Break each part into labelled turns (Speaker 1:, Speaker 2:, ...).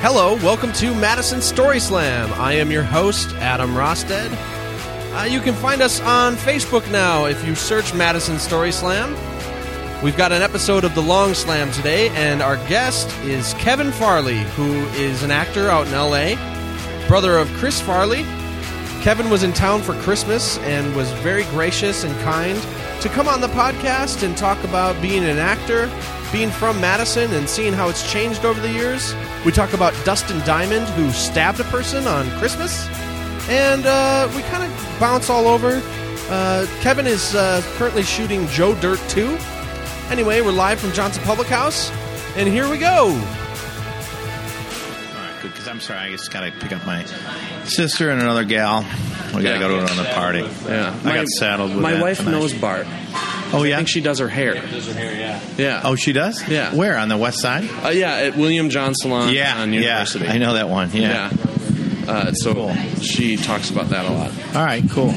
Speaker 1: Hello, welcome to Madison Story Slam. I am your host, Adam Rosted. Uh, you can find us on Facebook now if you search Madison Story Slam. We've got an episode of The Long Slam today, and our guest is Kevin Farley, who is an actor out in LA, brother of Chris Farley. Kevin was in town for Christmas and was very gracious and kind to come on the podcast and talk about being an actor, being from Madison, and seeing how it's changed over the years. We talk about Dustin Diamond, who stabbed a person on Christmas, and uh, we kind of bounce all over. Uh, Kevin is uh, currently shooting Joe Dirt 2. Anyway, we're live from Johnson Public House, and here we go.
Speaker 2: All right, good. Because I'm sorry, I just got to pick up my sister and another gal. We got to
Speaker 3: Yeah.
Speaker 2: go to another party.
Speaker 3: Yeah,
Speaker 2: I got saddled with
Speaker 3: my
Speaker 2: that
Speaker 3: wife
Speaker 2: tonight.
Speaker 3: knows Bart.
Speaker 2: Oh
Speaker 3: I
Speaker 2: yeah.
Speaker 3: think she does her hair. Yeah.
Speaker 2: oh, she does.
Speaker 3: Yeah.
Speaker 2: Where on the west side?
Speaker 3: Uh, yeah, at William John Salon
Speaker 2: Oh. yeah.
Speaker 3: on University.
Speaker 2: Yeah. I know that one. Yeah.
Speaker 3: Yeah. Uh, so
Speaker 2: Cool.
Speaker 3: she talks about that a lot.
Speaker 2: All right. Cool.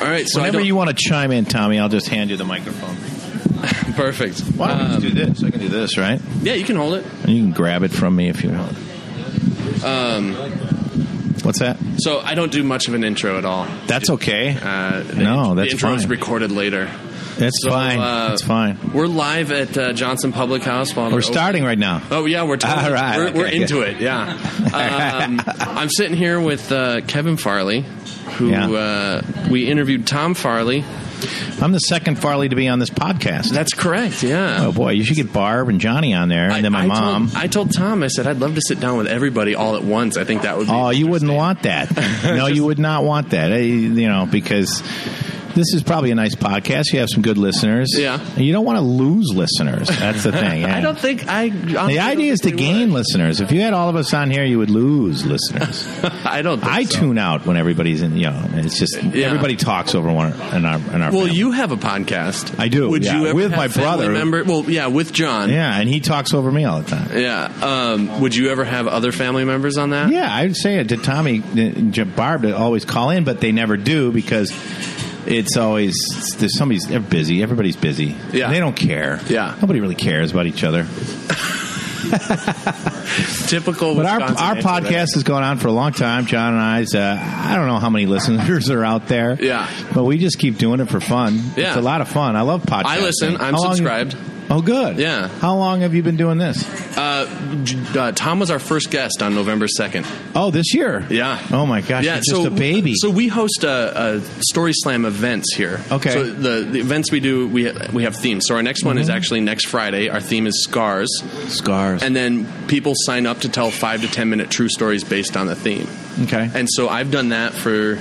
Speaker 3: All right. So I
Speaker 2: Whenever
Speaker 3: don't-
Speaker 2: you want to chime in, Tommy, I'll just hand you the microphone.
Speaker 3: perfect.
Speaker 2: Why don't
Speaker 3: Um,
Speaker 2: we just do this? I can do this, right?
Speaker 3: yeah, you can hold it.
Speaker 2: And you can grab it from me if you want.
Speaker 3: Um,
Speaker 2: What's that?
Speaker 3: so I don't do much of an intro at all.
Speaker 2: That's okay.
Speaker 3: Uh, the-
Speaker 2: No, that's
Speaker 3: the intro is
Speaker 2: fine.
Speaker 3: recorded later.
Speaker 2: That's
Speaker 3: So,
Speaker 2: fine.
Speaker 3: uh,
Speaker 2: That's fine.
Speaker 3: We're live at uh, Johnson Public House. While
Speaker 2: We're
Speaker 3: they're
Speaker 2: starting right now.
Speaker 3: Oh yeah, we're totally,
Speaker 2: All right,
Speaker 3: we're, we're
Speaker 2: okay,
Speaker 3: into
Speaker 2: good.
Speaker 3: it. Yeah, um, I'm sitting here with uh, Kevin Farley, who
Speaker 2: Yeah.
Speaker 3: uh, we interviewed Tom Farley.
Speaker 2: I'm the second Farley to be on this podcast.
Speaker 3: That's correct. Yeah.
Speaker 2: Oh boy, you should get Barb and Johnny on there, and then my
Speaker 3: I
Speaker 2: mom.
Speaker 3: Told, I told Tom. I said I'd love to sit down with everybody all at once. I think that would. be...
Speaker 2: oh, you wouldn't want that. No, you would not want that. Eh, You know, because this is probably a nice podcast. You have some good listeners.
Speaker 3: Yeah.
Speaker 2: And you don't want to lose listeners. That's the thing.
Speaker 3: I
Speaker 2: yeah.
Speaker 3: don't think I.
Speaker 2: the idea is to gain listeners. If you had all of us on here, you would lose listeners.
Speaker 3: I don't. Think
Speaker 2: I
Speaker 3: so.
Speaker 2: tune out when everybody's in. You know, it's just
Speaker 3: Yeah.
Speaker 2: everybody talks over one in our in our.
Speaker 3: Well,
Speaker 2: family.
Speaker 3: you have a podcast.
Speaker 2: I do,
Speaker 3: Would
Speaker 2: yeah,
Speaker 3: you ever
Speaker 2: with
Speaker 3: have
Speaker 2: my
Speaker 3: family
Speaker 2: brother.
Speaker 3: Member? Well, yeah, with John.
Speaker 2: yeah, and he talks over me all the time.
Speaker 3: Yeah. Um, would you ever have other family members on that?
Speaker 2: Yeah, I would say it to Tommy, uh, Barb to always call in, but they never do because it's always there's somebody's they're busy. Everybody's busy.
Speaker 3: Yeah.
Speaker 2: they don't care.
Speaker 3: Yeah.
Speaker 2: nobody really cares about each other.
Speaker 3: Typical.
Speaker 2: But our
Speaker 3: Wisconsin
Speaker 2: our
Speaker 3: answer there.
Speaker 2: podcast has gone on for a long time. John and I's. Uh, I don't know how many listeners are out there.
Speaker 3: Yeah.
Speaker 2: but we just keep doing it for fun.
Speaker 3: Yeah.
Speaker 2: it's a lot of fun. I love podcasts.
Speaker 3: I listen. I'm subscribed.
Speaker 2: Oh, good.
Speaker 3: Yeah.
Speaker 2: How long have you been doing this?
Speaker 3: Uh, J- uh, Tom was our first guest on November 2nd.
Speaker 2: Oh, this year.
Speaker 3: Yeah.
Speaker 2: Oh my gosh.
Speaker 3: yeah,
Speaker 2: you're just a baby.
Speaker 3: So we host a, a Story Slam events here.
Speaker 2: Okay.
Speaker 3: So the, the events we do, we, we have themes. So our next one is
Speaker 2: Mm-hmm.
Speaker 3: actually next Friday. Our theme is Scars.
Speaker 2: scars.
Speaker 3: And then people sign up to tell five to 10 minute true stories based on the theme.
Speaker 2: okay.
Speaker 3: And so I've done that for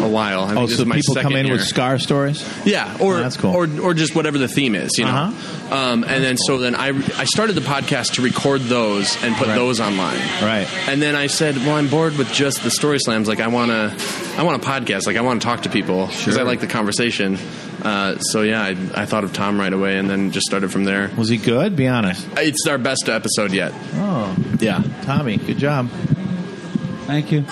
Speaker 3: a while. I think
Speaker 2: oh,
Speaker 3: this
Speaker 2: so
Speaker 3: is my
Speaker 2: people
Speaker 3: second
Speaker 2: come in
Speaker 3: year.
Speaker 2: with scar stories.
Speaker 3: Yeah, or
Speaker 2: Yeah, Oh, that's cool.
Speaker 3: or or just whatever the theme is, you know.
Speaker 2: Uh-huh.
Speaker 3: Um, and then so then I I started the podcast to record those and put
Speaker 2: Right.
Speaker 3: those online.
Speaker 2: Right.
Speaker 3: And then I said, well, I'm bored with just the story slams. Like I want to, I want a podcast. Like I want to talk to people because
Speaker 2: Sure.
Speaker 3: I like the conversation. Uh, so yeah, I, I thought of Tom right away, and then just started from there.
Speaker 2: Was he good? Be honest.
Speaker 3: It's our best episode yet.
Speaker 2: Oh,
Speaker 3: Yeah,
Speaker 2: Tommy, good job. Thank you.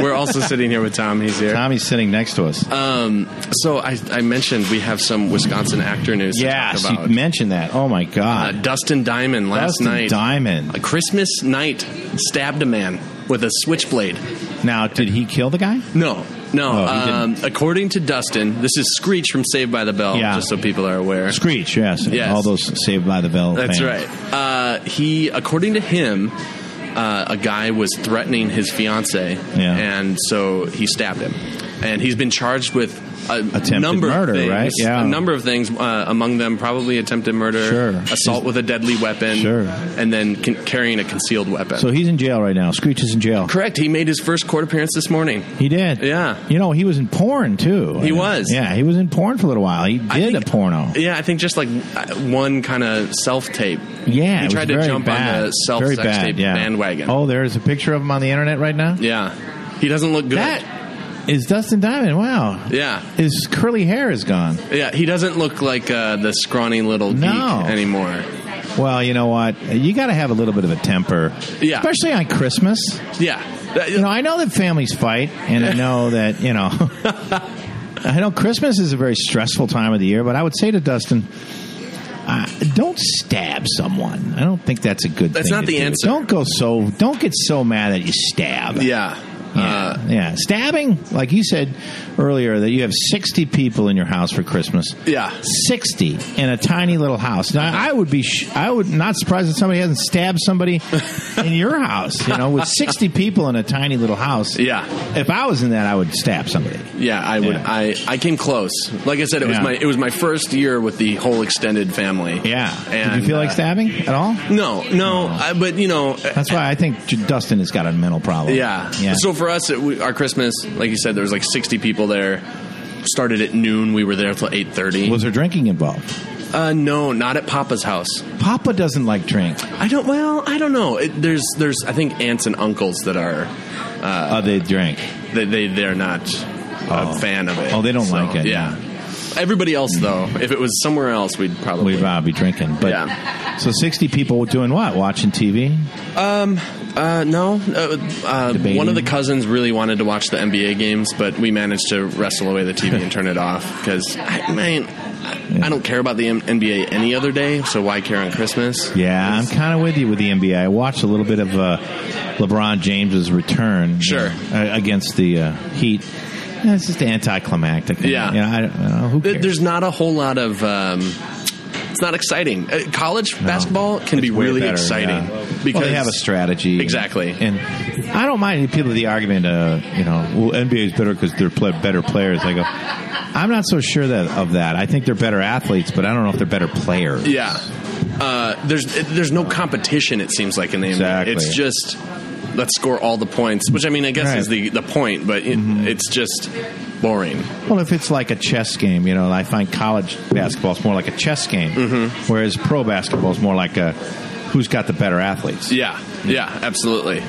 Speaker 3: we're also sitting here with Tom. He's here.
Speaker 2: Tommy's sitting next to us.
Speaker 3: Um, so I, I mentioned we have some Wisconsin actor news. to
Speaker 2: yes,
Speaker 3: talk
Speaker 2: you
Speaker 3: about.
Speaker 2: mentioned that. Oh my
Speaker 3: uh,
Speaker 2: God,
Speaker 3: Dustin Diamond last
Speaker 2: Dustin
Speaker 3: night.
Speaker 2: Diamond.
Speaker 3: A Christmas night stabbed a man with a switchblade.
Speaker 2: now, did he kill the guy?
Speaker 3: No, no.
Speaker 2: Oh, he
Speaker 3: um, according to Dustin, this is Screech from Saved by the Bell,
Speaker 2: Yeah.
Speaker 3: just so people are aware.
Speaker 2: Screech. Yes.
Speaker 3: Yes.
Speaker 2: All those Saved by the Bell.
Speaker 3: That's
Speaker 2: fans.
Speaker 3: right. Uh, he, according to him, uh, a guy was threatening his fiance,
Speaker 2: Yeah.
Speaker 3: and so he stabbed him. And he's been charged with a
Speaker 2: Attempted
Speaker 3: number
Speaker 2: murder,
Speaker 3: of things,
Speaker 2: right? Yeah.
Speaker 3: a number of things. Uh, among them, probably attempted murder,
Speaker 2: Sure.
Speaker 3: assault with a deadly weapon,
Speaker 2: Sure.
Speaker 3: and then con- carrying a concealed weapon.
Speaker 2: So he's in jail right now. Screech is in jail.
Speaker 3: Correct. He made his first court appearance this morning.
Speaker 2: He did.
Speaker 3: Yeah.
Speaker 2: You know, he was in porn too.
Speaker 3: He was.
Speaker 2: Yeah, he was in porn for a little while. He did
Speaker 3: think-
Speaker 2: a porno.
Speaker 3: Yeah, I think just like uh, one kind of self tape.
Speaker 2: yeah. it
Speaker 3: He
Speaker 2: was
Speaker 3: tried to
Speaker 2: very
Speaker 3: jump
Speaker 2: bad.
Speaker 3: on the self
Speaker 2: Very
Speaker 3: sex
Speaker 2: bad,
Speaker 3: tape
Speaker 2: yeah.
Speaker 3: bandwagon.
Speaker 2: Oh, there is a picture of him on the internet right now.
Speaker 3: Yeah. He doesn't look good.
Speaker 2: That is Dustin Diamond. Wow.
Speaker 3: Yeah.
Speaker 2: His curly hair is gone.
Speaker 3: Yeah, he doesn't look like uh, the scrawny little geek
Speaker 2: No.
Speaker 3: anymore.
Speaker 2: Well, you know what? You got to have a little bit of a temper,
Speaker 3: Yeah.
Speaker 2: especially on Christmas.
Speaker 3: Yeah. Uh, That-
Speaker 2: You know, I know that families fight, and I know that you know. I know Christmas is a very stressful time of the year, but I would say to Dustin, uh, don't stab someone. I don't think that's a good.
Speaker 3: That's
Speaker 2: thing
Speaker 3: not
Speaker 2: to
Speaker 3: the
Speaker 2: do.
Speaker 3: answer.
Speaker 2: Don't go so. Don't get so mad that you stab.
Speaker 3: Yeah.
Speaker 2: Yeah,
Speaker 3: Uh,
Speaker 2: yeah. Stabbing, like you said earlier, that you have 60 people in your house for Christmas.
Speaker 3: Yeah.
Speaker 2: 60 in a tiny little house. Now, I would be, sh- I would not surprised if somebody hasn't stabbed somebody in your house, you know, with 60 people in a tiny little house.
Speaker 3: Yeah.
Speaker 2: If I was in that, I would stab somebody.
Speaker 3: Yeah, I would.
Speaker 2: Yeah.
Speaker 3: I I came close. Like I said, it was
Speaker 2: Yeah.
Speaker 3: my it was my first year with the whole extended family.
Speaker 2: Yeah.
Speaker 3: And,
Speaker 2: Did you feel like
Speaker 3: uh,
Speaker 2: stabbing at all?
Speaker 3: No, no. I, but you know, uh,
Speaker 2: That's why I think J- Dustin has got a mental problem.
Speaker 3: yeah.
Speaker 2: Yeah.
Speaker 3: So for us, it, we, our Christmas, like you said, there was like sixty people there. Started at noon. We were there till eight thirty.
Speaker 2: was there drinking involved?
Speaker 3: Uh, no, not at Papa's house.
Speaker 2: Papa doesn't like drink.
Speaker 3: I don't. Well, I don't know. It, there's there's I think aunts and uncles that are
Speaker 2: Oh, they drink.
Speaker 3: they, they they're not
Speaker 2: Oh.
Speaker 3: a fan of it.
Speaker 2: Oh, they don't
Speaker 3: So,
Speaker 2: like it,
Speaker 3: Yeah. Everybody else though, if it was somewhere else, we'd probably
Speaker 2: We'd uh, be drinking. But
Speaker 3: Yeah.
Speaker 2: so sixty people doing what? Watching TV.
Speaker 3: Um, uh, no. Uh, uh,
Speaker 2: Debating.
Speaker 3: one of the cousins really wanted to watch the NBA games, but we managed to wrestle away the TV and turn it off because I mean, I, I don't care about the M- NBA any other day, so why care on Christmas?
Speaker 2: Yeah, I'm kind of with you with the NBA. I watched a little bit of uh, LeBron James's return.
Speaker 3: Sure.
Speaker 2: uh, against the uh, Heat. Yeah, it's just anticlimactic.
Speaker 3: Yeah.
Speaker 2: You know, I don't, I don't know, who
Speaker 3: There-
Speaker 2: cares?
Speaker 3: There's not a whole lot of. Um, it's not exciting. Uh, college basketball can be
Speaker 2: Way
Speaker 3: really
Speaker 2: better,
Speaker 3: exciting
Speaker 2: yeah.
Speaker 3: because
Speaker 2: Well, they have a strategy.
Speaker 3: Exactly.
Speaker 2: And I don't mind people with the argument, uh, you know, well, NBA is better because they're play- better players. I go, I'm not so sure that of that. I think they're better athletes, but I don't know if they're better players.
Speaker 3: Yeah. Uh, there's there's no competition. It seems like in the NBA.
Speaker 2: Exactly.
Speaker 3: It's just let's score all the points, which I mean, I guess
Speaker 2: Right. Mm-hmm.
Speaker 3: is the the point, but it, it's just boring.
Speaker 2: Well, if it's like a chess game, you know, I find college basketball is more like a chess game,
Speaker 3: Mm-hmm.
Speaker 2: whereas pro basketball is more like a who's got the better athletes.
Speaker 3: Yeah. Yeah. Absolutely.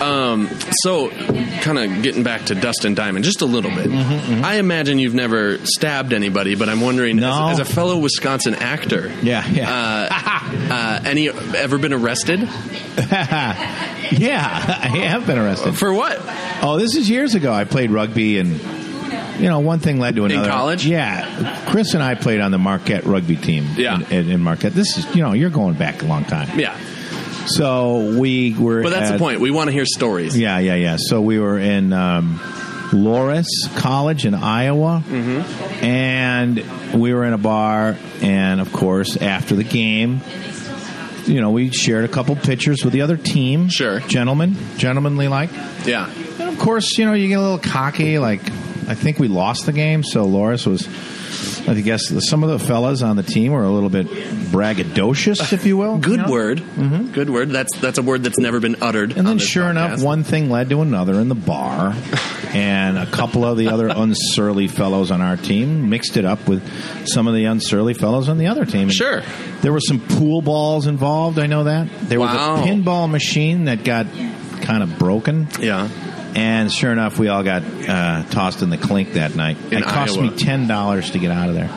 Speaker 3: Um, so, kind of getting back to Dustin Diamond just a little bit.
Speaker 2: Mm-hmm,
Speaker 3: I imagine you've never stabbed anybody, but I'm wondering,
Speaker 2: No.
Speaker 3: as, as a fellow Wisconsin actor,
Speaker 2: Yeah, yeah,
Speaker 3: uh, uh, any ever been arrested Uh.
Speaker 2: yeah. I have been arrested.
Speaker 3: for what?
Speaker 2: Oh, this is years ago. I played rugby, and you know, one thing led to another.
Speaker 3: college?
Speaker 2: yeah. Chris and I played on the Marquette rugby team.
Speaker 3: Yeah.
Speaker 2: in, in, in Marquette. This is you know, you're going back a long time.
Speaker 3: Yeah.
Speaker 2: So we were.
Speaker 3: But that's
Speaker 2: at-
Speaker 3: the point. We want to hear stories.
Speaker 2: Yeah, yeah, yeah. So we were in um, Loris College in Iowa,
Speaker 3: Mm-hmm.
Speaker 2: and we were in a bar, and of course, after the game, you know, we shared a couple pictures with the other team.
Speaker 3: Sure.
Speaker 2: gentlemen, gentlemanly like,
Speaker 3: Yeah.
Speaker 2: and of course, you know, you get a little cocky. Like, I think we lost the game, so Loris was. I guess some of the fellas on the team were a little bit braggadocious, if you will.
Speaker 3: Good
Speaker 2: you know? Mm-hmm.
Speaker 3: word. Good word. That's that's a word that's never been uttered.
Speaker 2: And
Speaker 3: on
Speaker 2: then,
Speaker 3: this
Speaker 2: sure enough,
Speaker 3: podcast.
Speaker 2: one thing led to another in the bar, and a couple of the other unsurly fellows on our team mixed it up with some of the unsurly fellows on the other team. And
Speaker 3: Sure.
Speaker 2: There were some pool balls involved. I know that there
Speaker 3: Wow.
Speaker 2: was a pinball machine that got kind of broken.
Speaker 3: Yeah.
Speaker 2: And sure enough, we all got uh, tossed in the clink that night.
Speaker 3: In
Speaker 2: it cost me
Speaker 3: Iowa.
Speaker 2: ten dollars to get out of there.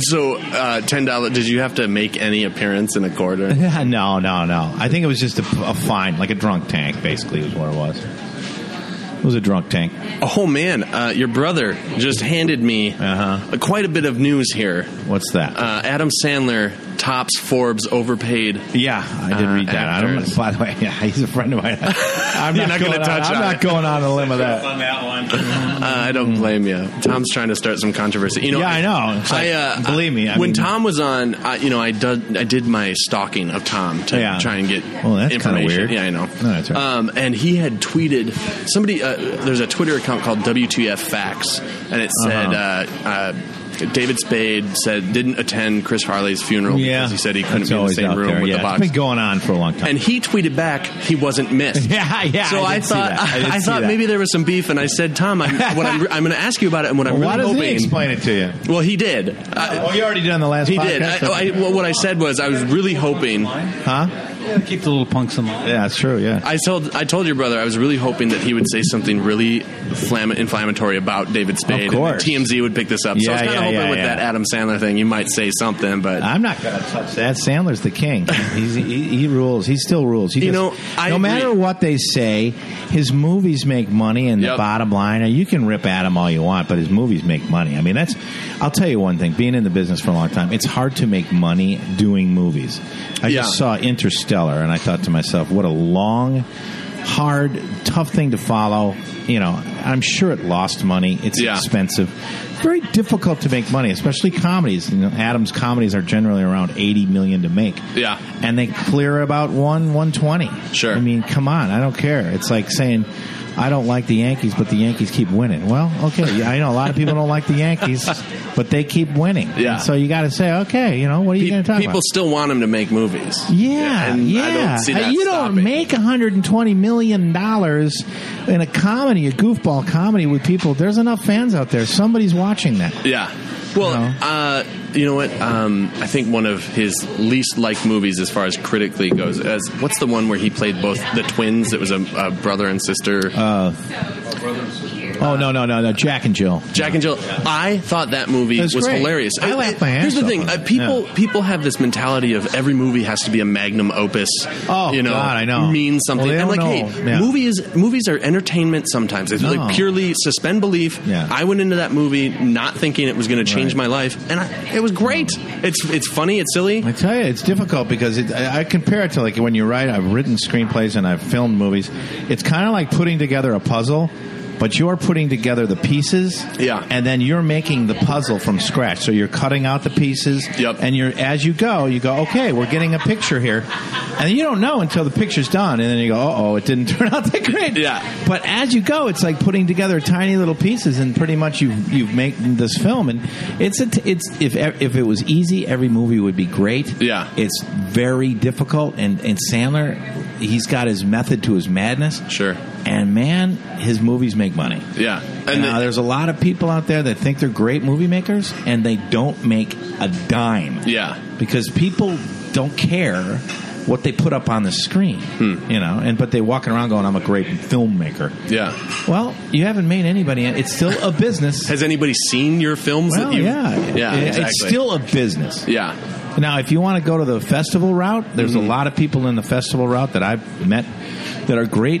Speaker 3: So uh, ten dollars. Did you have to make any appearance in a court? Or?
Speaker 2: no, no, no. I think it was just a, a fine, like a drunk tank, basically, is what it was. It was a drunk tank.
Speaker 3: oh man, uh, your brother just handed me
Speaker 2: Uh-huh.
Speaker 3: quite a bit of news here.
Speaker 2: What's that?
Speaker 3: Uh, Adam Sandler tops Forbes overpaid.
Speaker 2: Yeah, I did
Speaker 3: Uh,
Speaker 2: read that. I don't,
Speaker 3: actors.
Speaker 2: by the way, yeah, he's a friend of mine. I'm
Speaker 3: You're
Speaker 2: not,
Speaker 3: not
Speaker 2: going to
Speaker 3: gonna touch
Speaker 2: I'm
Speaker 3: on
Speaker 2: not
Speaker 3: it.
Speaker 2: going on a limb of that.
Speaker 4: on that one.
Speaker 3: Uh, I don't blame you. Tom's trying to start some controversy. You know,
Speaker 2: Hmm. Yeah, I know. It's like,
Speaker 3: I, uh,
Speaker 2: believe me. I
Speaker 3: when
Speaker 2: mean-
Speaker 3: Tom was on, I, you know, I did I did my stalking of Tom to
Speaker 2: Yeah.
Speaker 3: try and get
Speaker 2: Well, that's kinda
Speaker 3: information.
Speaker 2: weird.
Speaker 3: Yeah, I know.
Speaker 2: No, that's all right.
Speaker 3: Um, and he had tweeted somebody. Uh, there's a Twitter account called WTF Facts, and it
Speaker 2: Uh-huh.
Speaker 3: said. uh uh, David Spade said didn't attend Chris Harley's funeral
Speaker 2: Yeah,
Speaker 3: because he said he couldn't
Speaker 2: That's
Speaker 3: be in the
Speaker 2: always
Speaker 3: same
Speaker 2: out
Speaker 3: room
Speaker 2: there,
Speaker 3: with
Speaker 2: yeah.
Speaker 3: the box.
Speaker 2: It's been going on for a long time.
Speaker 3: and he tweeted back he wasn't missed.
Speaker 2: yeah, yeah.
Speaker 3: So I,
Speaker 2: did see
Speaker 3: thought
Speaker 2: that. did
Speaker 3: I,
Speaker 2: see
Speaker 3: thought
Speaker 2: that.
Speaker 3: maybe there was some beef, and I said, Tom, I'm, what I'm, I'm going to ask you about it, and what I'm
Speaker 2: Why
Speaker 3: really
Speaker 2: doesn't
Speaker 3: hoping.
Speaker 2: he explain it to you?
Speaker 3: Well, he did. I-
Speaker 2: Oh, you already did on the last.
Speaker 3: he
Speaker 2: podcast?
Speaker 3: did. I, I, well, what I said was I was really hoping.
Speaker 2: huh?
Speaker 4: Keep the little punks in line.
Speaker 2: Yeah, that's true. Yeah.
Speaker 3: I told I told your brother I was really hoping that he would say something really flam- inflammatory about David Spade.
Speaker 2: Of course.
Speaker 3: And that TMZ would pick this up. so I was
Speaker 2: Yeah,
Speaker 3: kind of
Speaker 2: yeah,
Speaker 3: hoping
Speaker 2: yeah,
Speaker 3: with
Speaker 2: yeah.
Speaker 3: that Adam Sandler thing, you might say something. But
Speaker 2: I'm not gonna touch that. Sandler's the king. He's, he, he rules. He still rules. He
Speaker 3: You
Speaker 2: just-
Speaker 3: know, I
Speaker 2: no
Speaker 3: agree.
Speaker 2: matter what they say, his movies make money. And the
Speaker 3: Yep.
Speaker 2: bottom line, you can rip at him all you want, but his movies make money. I mean, that's. I'll tell you one thing. Being in the business for a long time, it's hard to make money doing movies. I
Speaker 3: Yeah.
Speaker 2: just saw Interstellar, and I thought to myself, what a long. Hard, tough thing to follow. You know, I'm sure it lost money. It's
Speaker 3: Yeah.
Speaker 2: expensive. Very difficult to make money, especially comedies. You know, Adam's comedies are generally around eighty million to make.
Speaker 3: Yeah.
Speaker 2: and they clear about one one twenty.
Speaker 3: Sure.
Speaker 2: I mean, come on, I don't care. It's like saying. I don't like the Yankees, but the Yankees keep winning. Well, okay, yeah, I know a lot of people don't like the Yankees, but they keep winning.
Speaker 3: Yeah.
Speaker 2: And so you got to say, okay, you know, what are you
Speaker 3: pe-
Speaker 2: going to talk
Speaker 3: people
Speaker 2: about?
Speaker 3: still want him to make movies.
Speaker 2: Yeah,
Speaker 3: and
Speaker 2: yeah.
Speaker 3: I don't see that
Speaker 2: you don't
Speaker 3: stopping.
Speaker 2: make 120 million dollars in a comedy, a goofball comedy with people. There's enough fans out there. Somebody's watching that.
Speaker 3: Yeah. Well,
Speaker 2: No.
Speaker 3: uh, you know what? Um, I think one of his least liked movies, as far as critically goes, as what's the one where he played both the twins? It was a, a brother and sister.
Speaker 2: Oh no, no, no, no. Jack and Jill.
Speaker 3: Jack and Jill. I thought that movie
Speaker 2: That's
Speaker 3: was,
Speaker 2: great.
Speaker 3: hilarious.
Speaker 2: I laughed my ass
Speaker 3: Here's the
Speaker 2: off
Speaker 3: thing:
Speaker 2: on
Speaker 3: uh,
Speaker 2: it.
Speaker 3: people
Speaker 2: Yeah.
Speaker 3: people have this mentality of every movie has to be a magnum opus.
Speaker 2: Oh,
Speaker 3: you know,
Speaker 2: God, I know.
Speaker 3: mean something.
Speaker 2: Well, they
Speaker 3: I'm like,
Speaker 2: don't
Speaker 3: hey,
Speaker 2: know. Yeah.
Speaker 3: movies movies are entertainment. Sometimes it's
Speaker 2: No.
Speaker 3: like purely suspend belief.
Speaker 2: Yeah.
Speaker 3: I went into that movie not thinking it was going to change
Speaker 2: Right.
Speaker 3: my life, and I, it was great. It's it's funny. It's silly.
Speaker 2: I tell you, it's difficult because it, I, I compare it to like when you write. I've written screenplays and I've filmed movies. It's kind of like putting together a puzzle, but you're putting together the pieces.
Speaker 3: Yeah.
Speaker 2: And then you're making the puzzle from scratch. So you're cutting out the pieces.
Speaker 3: Yep.
Speaker 2: And you're as you go, you go, okay, we're getting a picture here, and you don't know until the picture's done, and then you go, uh oh, it didn't turn out that great.
Speaker 3: Yeah.
Speaker 2: But as you go, it's like putting together tiny little pieces, and pretty much you you make this film. And it's a t- it's if if it was easy, every movie would be great.
Speaker 3: Yeah.
Speaker 2: It's very difficult, and and Sandler, he's got his method to his madness.
Speaker 3: Sure.
Speaker 2: And man, his movies make money.
Speaker 3: Yeah,
Speaker 2: And
Speaker 3: and the-
Speaker 2: there's a lot of people out there that think they're great movie makers, and they don't make a dime
Speaker 3: yeah.
Speaker 2: because people don't care what they put up on the screen,
Speaker 3: Hmm.
Speaker 2: you know. And but they walking around going, "I'm a great filmmaker."
Speaker 3: Yeah.
Speaker 2: Well, you haven't made anybody. It's still a business.
Speaker 3: Has anybody seen your films?
Speaker 2: well,
Speaker 3: that you,
Speaker 2: yeah,
Speaker 3: yeah,
Speaker 2: It-
Speaker 3: exactly.
Speaker 2: It's still a business.
Speaker 3: yeah.
Speaker 2: Now, if you want to go to the festival route, there's
Speaker 3: Hmm.
Speaker 2: a lot of people in the festival route that I've met that are great,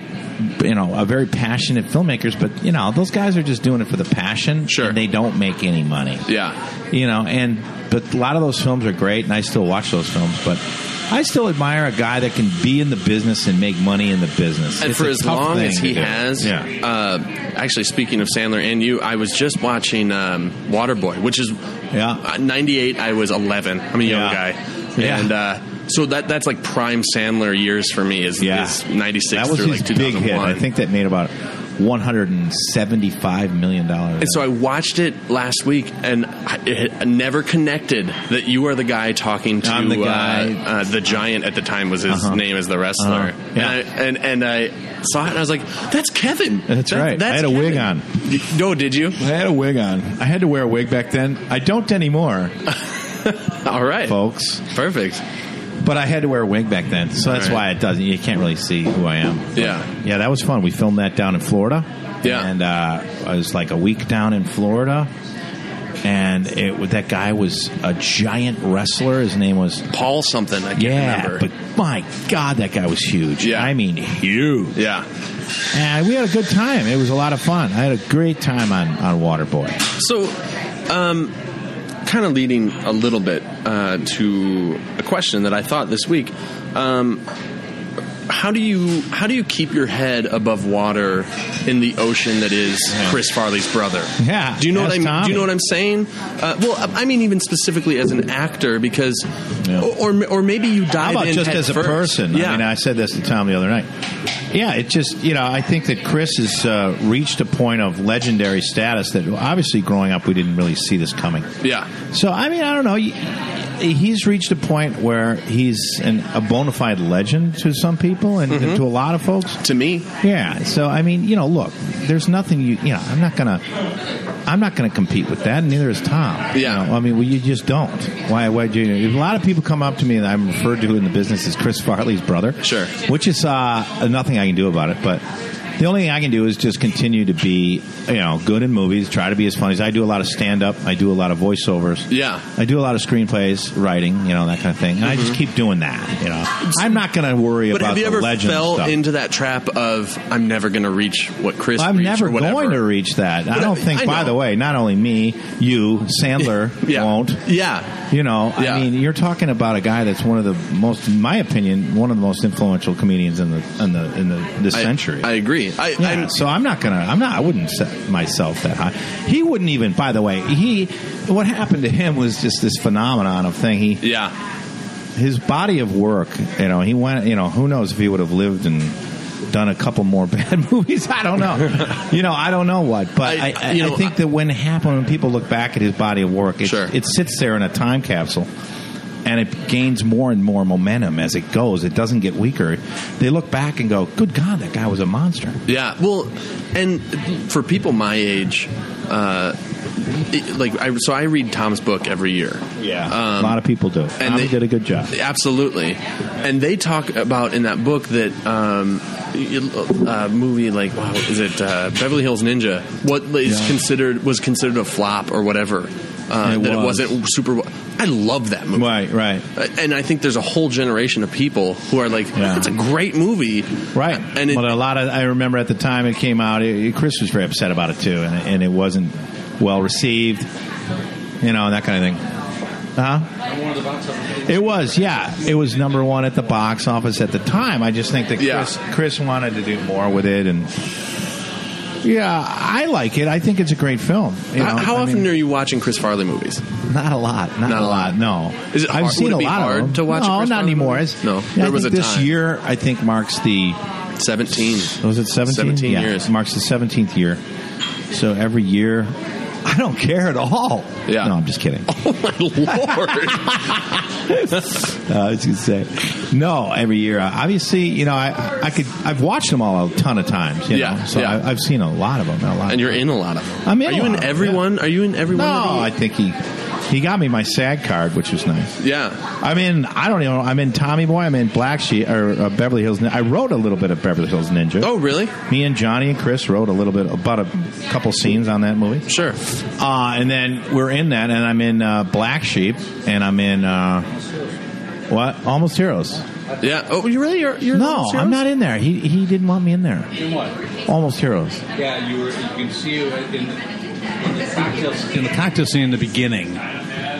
Speaker 2: you know, are very passionate filmmakers. But you know, those guys are just doing it for the passion.
Speaker 3: Sure.
Speaker 2: and they don't make any money
Speaker 3: Yeah.
Speaker 2: you know and but a lot of those films are great and i still watch those films but i still admire a guy that can be in the business and make money in the business
Speaker 3: And
Speaker 2: It's
Speaker 3: for
Speaker 2: a
Speaker 3: as
Speaker 2: tough
Speaker 3: long
Speaker 2: thing
Speaker 3: as
Speaker 2: to
Speaker 3: he
Speaker 2: do.
Speaker 3: has,
Speaker 2: yeah
Speaker 3: uh, actually, speaking of Sandler and you, I was just watching um, Waterboy, which is
Speaker 2: Yeah.
Speaker 3: uh, 98. I was 11. I'm a young
Speaker 2: Yeah.
Speaker 3: guy.
Speaker 2: Yeah.
Speaker 3: And uh, so that that's like prime Sandler years for me is,
Speaker 2: Yeah.
Speaker 3: is 96
Speaker 2: that was
Speaker 3: through
Speaker 2: his
Speaker 3: like 2001.
Speaker 2: big hit i think that made about 175 million dollars
Speaker 3: And so I watched it last week, and I, it I never connected that you are the guy talking to
Speaker 2: I'm the guy.
Speaker 3: Uh, uh, the giant at the time was his
Speaker 2: Uh-huh.
Speaker 3: name as the wrestler,
Speaker 2: Uh-huh. Yeah.
Speaker 3: and, I, and and I saw it, and I was like, "That's Kevin."
Speaker 2: That's right. I had a wig on.
Speaker 3: Y- No, did you?
Speaker 2: I had a wig on. I had to wear a wig back then. I don't anymore,
Speaker 3: All right,
Speaker 2: folks.
Speaker 3: perfect.
Speaker 2: But I had to wear a wig back then, so that's
Speaker 3: All
Speaker 2: why
Speaker 3: right.
Speaker 2: it doesn't. You can't really see who I am.
Speaker 3: Yeah.
Speaker 2: yeah, that was fun. We filmed that down in Florida.
Speaker 3: Yeah.
Speaker 2: and uh, I was like a week down in Florida, and it that guy was a giant westler. His name was
Speaker 3: Paul something. I can't
Speaker 2: yeah,
Speaker 3: remember.
Speaker 2: but my God, that guy was huge.
Speaker 3: Yeah.
Speaker 2: I mean huge.
Speaker 3: yeah.
Speaker 2: And we had a good time. It was a lot of fun. I had a great time on on Waterboy.
Speaker 3: So, um, kind of leading a little bit uh, to a question that I thought this week. Um, how do you how do you keep your head above water in the ocean that is Chris Farley's brother?
Speaker 2: Yeah,
Speaker 3: Do you know what
Speaker 2: ask
Speaker 3: I'm Do
Speaker 2: Tommy.
Speaker 3: you know what I'm saying? Uh, well, I- I mean even specifically as an actor because,
Speaker 2: Yeah.
Speaker 3: or, or maybe you dive
Speaker 2: How about
Speaker 3: in
Speaker 2: just
Speaker 3: head
Speaker 2: as a
Speaker 3: first.
Speaker 2: person?
Speaker 3: Yeah.
Speaker 2: I mean, I said this to Tom the other night. Yeah, it just you know I think that Chris has uh, reached a point of legendary status that obviously growing up we didn't really see this coming.
Speaker 3: yeah.
Speaker 2: So I mean I don't know. You- he's reached a point where he's an, a bona fide legend to some people and
Speaker 3: Mm-hmm.
Speaker 2: to a lot of folks.
Speaker 3: To me,
Speaker 2: Yeah. So I mean, you know, look, there's nothing you you know, I'm not gonna I'm not gonna compete with that, and neither is Tom.
Speaker 3: Yeah.
Speaker 2: You know, I mean, well, you just don't. Why why do you a lot of people come up to me that I'm referred to in the business as Chris Farley's brother.
Speaker 3: Sure.
Speaker 2: Which is uh nothing I can do about it, but the only thing I can do is just continue to be, you know, good in movies, try to be as funny as I do a lot of stand up, I do a lot of voiceovers.
Speaker 3: Yeah.
Speaker 2: I do a lot of screenplays, writing, you know, that kind of thing. And I just keep doing that, you know. I'm not going to worry
Speaker 3: Mm-hmm. but
Speaker 2: about
Speaker 3: have you
Speaker 2: the
Speaker 3: ever
Speaker 2: legend
Speaker 3: fell
Speaker 2: stuff.
Speaker 3: into that trap of I'm never going to reach what Chris?
Speaker 2: I'm
Speaker 3: reached
Speaker 2: never
Speaker 3: or whatever.
Speaker 2: going to reach that. I
Speaker 3: But
Speaker 2: don't
Speaker 3: I-
Speaker 2: think.
Speaker 3: I
Speaker 2: by
Speaker 3: know.
Speaker 2: the way, not only me, you, Sandler
Speaker 3: Yeah.
Speaker 2: won't.
Speaker 3: Yeah.
Speaker 2: You know,
Speaker 3: Yeah.
Speaker 2: I mean, you're talking about a guy that's one of the most, in my opinion, one of the most influential comedians in the in the in the this
Speaker 3: I-
Speaker 2: century.
Speaker 3: I agree. I,
Speaker 2: Yeah,
Speaker 3: I'm-
Speaker 2: so I'm not gonna. I'm not. I wouldn't set myself that high. He wouldn't even. By the way, he. What happened to him was just this phenomenon of thing. He
Speaker 3: yeah.
Speaker 2: his body of work, you know, he went, you know, who knows if he would have lived and done a couple more bad movies. I don't know. you know, I don't know what, but
Speaker 3: I-
Speaker 2: I, I,
Speaker 3: you
Speaker 2: I
Speaker 3: know,
Speaker 2: think that when it happened, when people look back at his body of work, it,
Speaker 3: Sure.
Speaker 2: it sits there in a time capsule. And it gains more and more momentum as it goes. It doesn't get weaker. They look back and go, "Good God, that guy was a monster."
Speaker 3: Yeah. Well, and for people my age, uh, it- like I, so I read Tom's book every year.
Speaker 2: a lot of people do.
Speaker 3: Um, and
Speaker 2: Tommy
Speaker 3: they-
Speaker 2: did a good job.
Speaker 3: Absolutely, and they talk about in that book that um, y- uh, movie like wow is it uh, Beverly Hills Ninja? What is
Speaker 2: Yeah.
Speaker 3: considered was considered a flop or whatever? Uh,
Speaker 2: It
Speaker 3: that
Speaker 2: was.
Speaker 3: it wasn't super. wa- I love that movie.
Speaker 2: Right, right.
Speaker 3: Uh, And I think there's a whole generation of people who are like,
Speaker 2: Yeah.
Speaker 3: "That's a great movie,
Speaker 2: Right.
Speaker 3: And it,
Speaker 2: well, a lot of I remember at the time it came out. It, Chris was very upset about it too, and it, and it wasn't well received. You know, and that kind of thing. Huh? It was, yeah. It was number one at the box office at the time. I just think that
Speaker 3: Yeah.
Speaker 2: Chris, Chris wanted to do more with it, and yeah, I like it. I think it's a great film. you
Speaker 3: how,
Speaker 2: know?
Speaker 3: how
Speaker 2: I
Speaker 3: often
Speaker 2: mean,
Speaker 3: are you watching Chris Farley movies?
Speaker 2: Not a lot. Not,
Speaker 3: Not
Speaker 2: a
Speaker 3: a lot.
Speaker 2: lot. No.
Speaker 3: Is it
Speaker 2: I've
Speaker 3: hard-
Speaker 2: seen
Speaker 3: would it
Speaker 2: a
Speaker 3: be
Speaker 2: lot
Speaker 3: hard
Speaker 2: of them.
Speaker 3: to watch a
Speaker 2: No,
Speaker 3: Chris
Speaker 2: not
Speaker 3: Farley
Speaker 2: anymore.
Speaker 3: movie?
Speaker 2: It's-
Speaker 3: No,
Speaker 2: I
Speaker 3: there
Speaker 2: think
Speaker 3: was a
Speaker 2: this
Speaker 3: time.
Speaker 2: year. I think marks the
Speaker 3: Seventeen.
Speaker 2: was it 17?
Speaker 3: 17
Speaker 2: yeah.
Speaker 3: years.
Speaker 2: Marks the 17th year. So every year, I don't care at all.
Speaker 3: Yeah.
Speaker 2: No, I'm just kidding.
Speaker 3: Oh my lord!
Speaker 2: Uh, I was going to say, no, every year. Uh, Obviously, you know, I, I could, I've watched them all a ton of times. You
Speaker 3: Yeah,
Speaker 2: Know? So
Speaker 3: yeah.
Speaker 2: I, I've seen a lot of them. A lot
Speaker 3: and you're
Speaker 2: of them.
Speaker 3: in a lot of them.
Speaker 2: I'm in
Speaker 3: Are
Speaker 2: a
Speaker 3: you
Speaker 2: lot
Speaker 3: in
Speaker 2: of them,
Speaker 3: every
Speaker 2: yeah.
Speaker 3: one? Are you in every
Speaker 2: No,
Speaker 3: one? of
Speaker 2: I
Speaker 3: these?
Speaker 2: think he, he got me my SAG card, which was nice.
Speaker 3: yeah.
Speaker 2: I'm in. I don't even know. I'm in Tommy Boy. I'm in Black Sheep or uh, Beverly Hills. Nin- I wrote a little bit of Beverly Hills Ninja.
Speaker 3: Oh really?
Speaker 2: Me and Johnny and Chris wrote a little bit about a couple scenes on that movie.
Speaker 3: Sure.
Speaker 2: Uh, and then we're in that, and I'm in uh, Black Sheep, and I'm in uh, what? Almost Heroes.
Speaker 3: Yeah. Oh, you really? You're, you're
Speaker 2: No,
Speaker 3: serious?
Speaker 2: I'm not in there. He he didn't want me in there.
Speaker 4: In what?
Speaker 2: Almost Heroes.
Speaker 4: Yeah, you were. You can see you in, in the cocktail in the cocktail scene in the beginning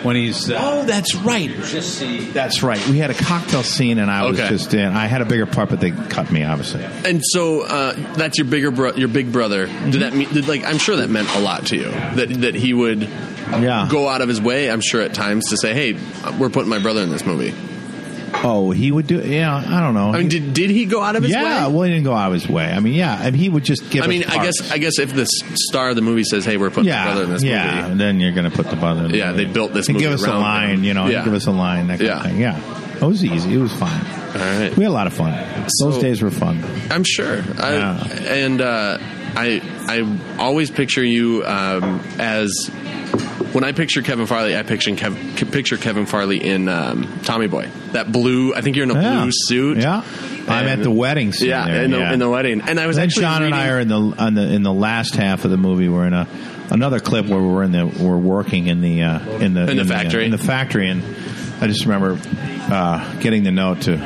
Speaker 4: when he's. Uh,
Speaker 2: Oh, that's right.
Speaker 4: Just see.
Speaker 2: That's right. We had a cocktail scene, and I was
Speaker 3: Okay.
Speaker 2: just in. I had a bigger part, but they cut me, obviously.
Speaker 3: e- And so uh, that's your bigger bro- your big brother. Did that mean? Did, like I'm sure that meant a lot to you. That that he would
Speaker 2: Yeah.
Speaker 3: go out of his way. I'm sure at times to say, "Hey, we're putting my brother in this movie."
Speaker 2: Oh, he would do. Yeah, I don't know.
Speaker 3: I mean, did did he go out of his way?
Speaker 2: yeah, well, he didn't go out of his way. I mean, yeah, I mean, he would just give.
Speaker 3: I mean,
Speaker 2: us
Speaker 3: I
Speaker 2: parts.
Speaker 3: guess I guess if the s- star of the movie says, "Hey, we're putting my brother in this
Speaker 2: yeah.
Speaker 3: movie,"
Speaker 2: and then you're going to put the brother. In the
Speaker 3: Yeah,
Speaker 2: movie.
Speaker 3: they built this
Speaker 2: And give
Speaker 3: movie
Speaker 2: us a
Speaker 3: around
Speaker 2: line,
Speaker 3: him.
Speaker 2: you know. and
Speaker 3: Yeah.
Speaker 2: Give us a line. That kind
Speaker 3: Yeah.
Speaker 2: Of thing. Yeah. It was easy. It was fun.
Speaker 3: All right.
Speaker 2: We had a lot of fun.
Speaker 3: So-
Speaker 2: Those days were fun.
Speaker 3: I'm sure. I,
Speaker 2: Yeah.
Speaker 3: And uh, I I always picture you um, as when I picture Kevin Farley, I picture Kev, picture Kevin Farley in um, Tommy Boy. That blue. I think you're in a
Speaker 2: yeah.
Speaker 3: blue suit.
Speaker 2: Yeah. I'm at the wedding. Scene
Speaker 3: Yeah,
Speaker 2: there,
Speaker 3: in the,
Speaker 2: yeah.
Speaker 3: in the wedding. And I was
Speaker 2: Then
Speaker 3: actually
Speaker 2: Sean and I
Speaker 3: reading-
Speaker 2: are in the on the in the last half of the movie. We're in a another clip where we're in the we're working in the uh, in the
Speaker 3: the
Speaker 2: uh,
Speaker 3: factory.
Speaker 2: in the factory, and I just remember uh, getting the note to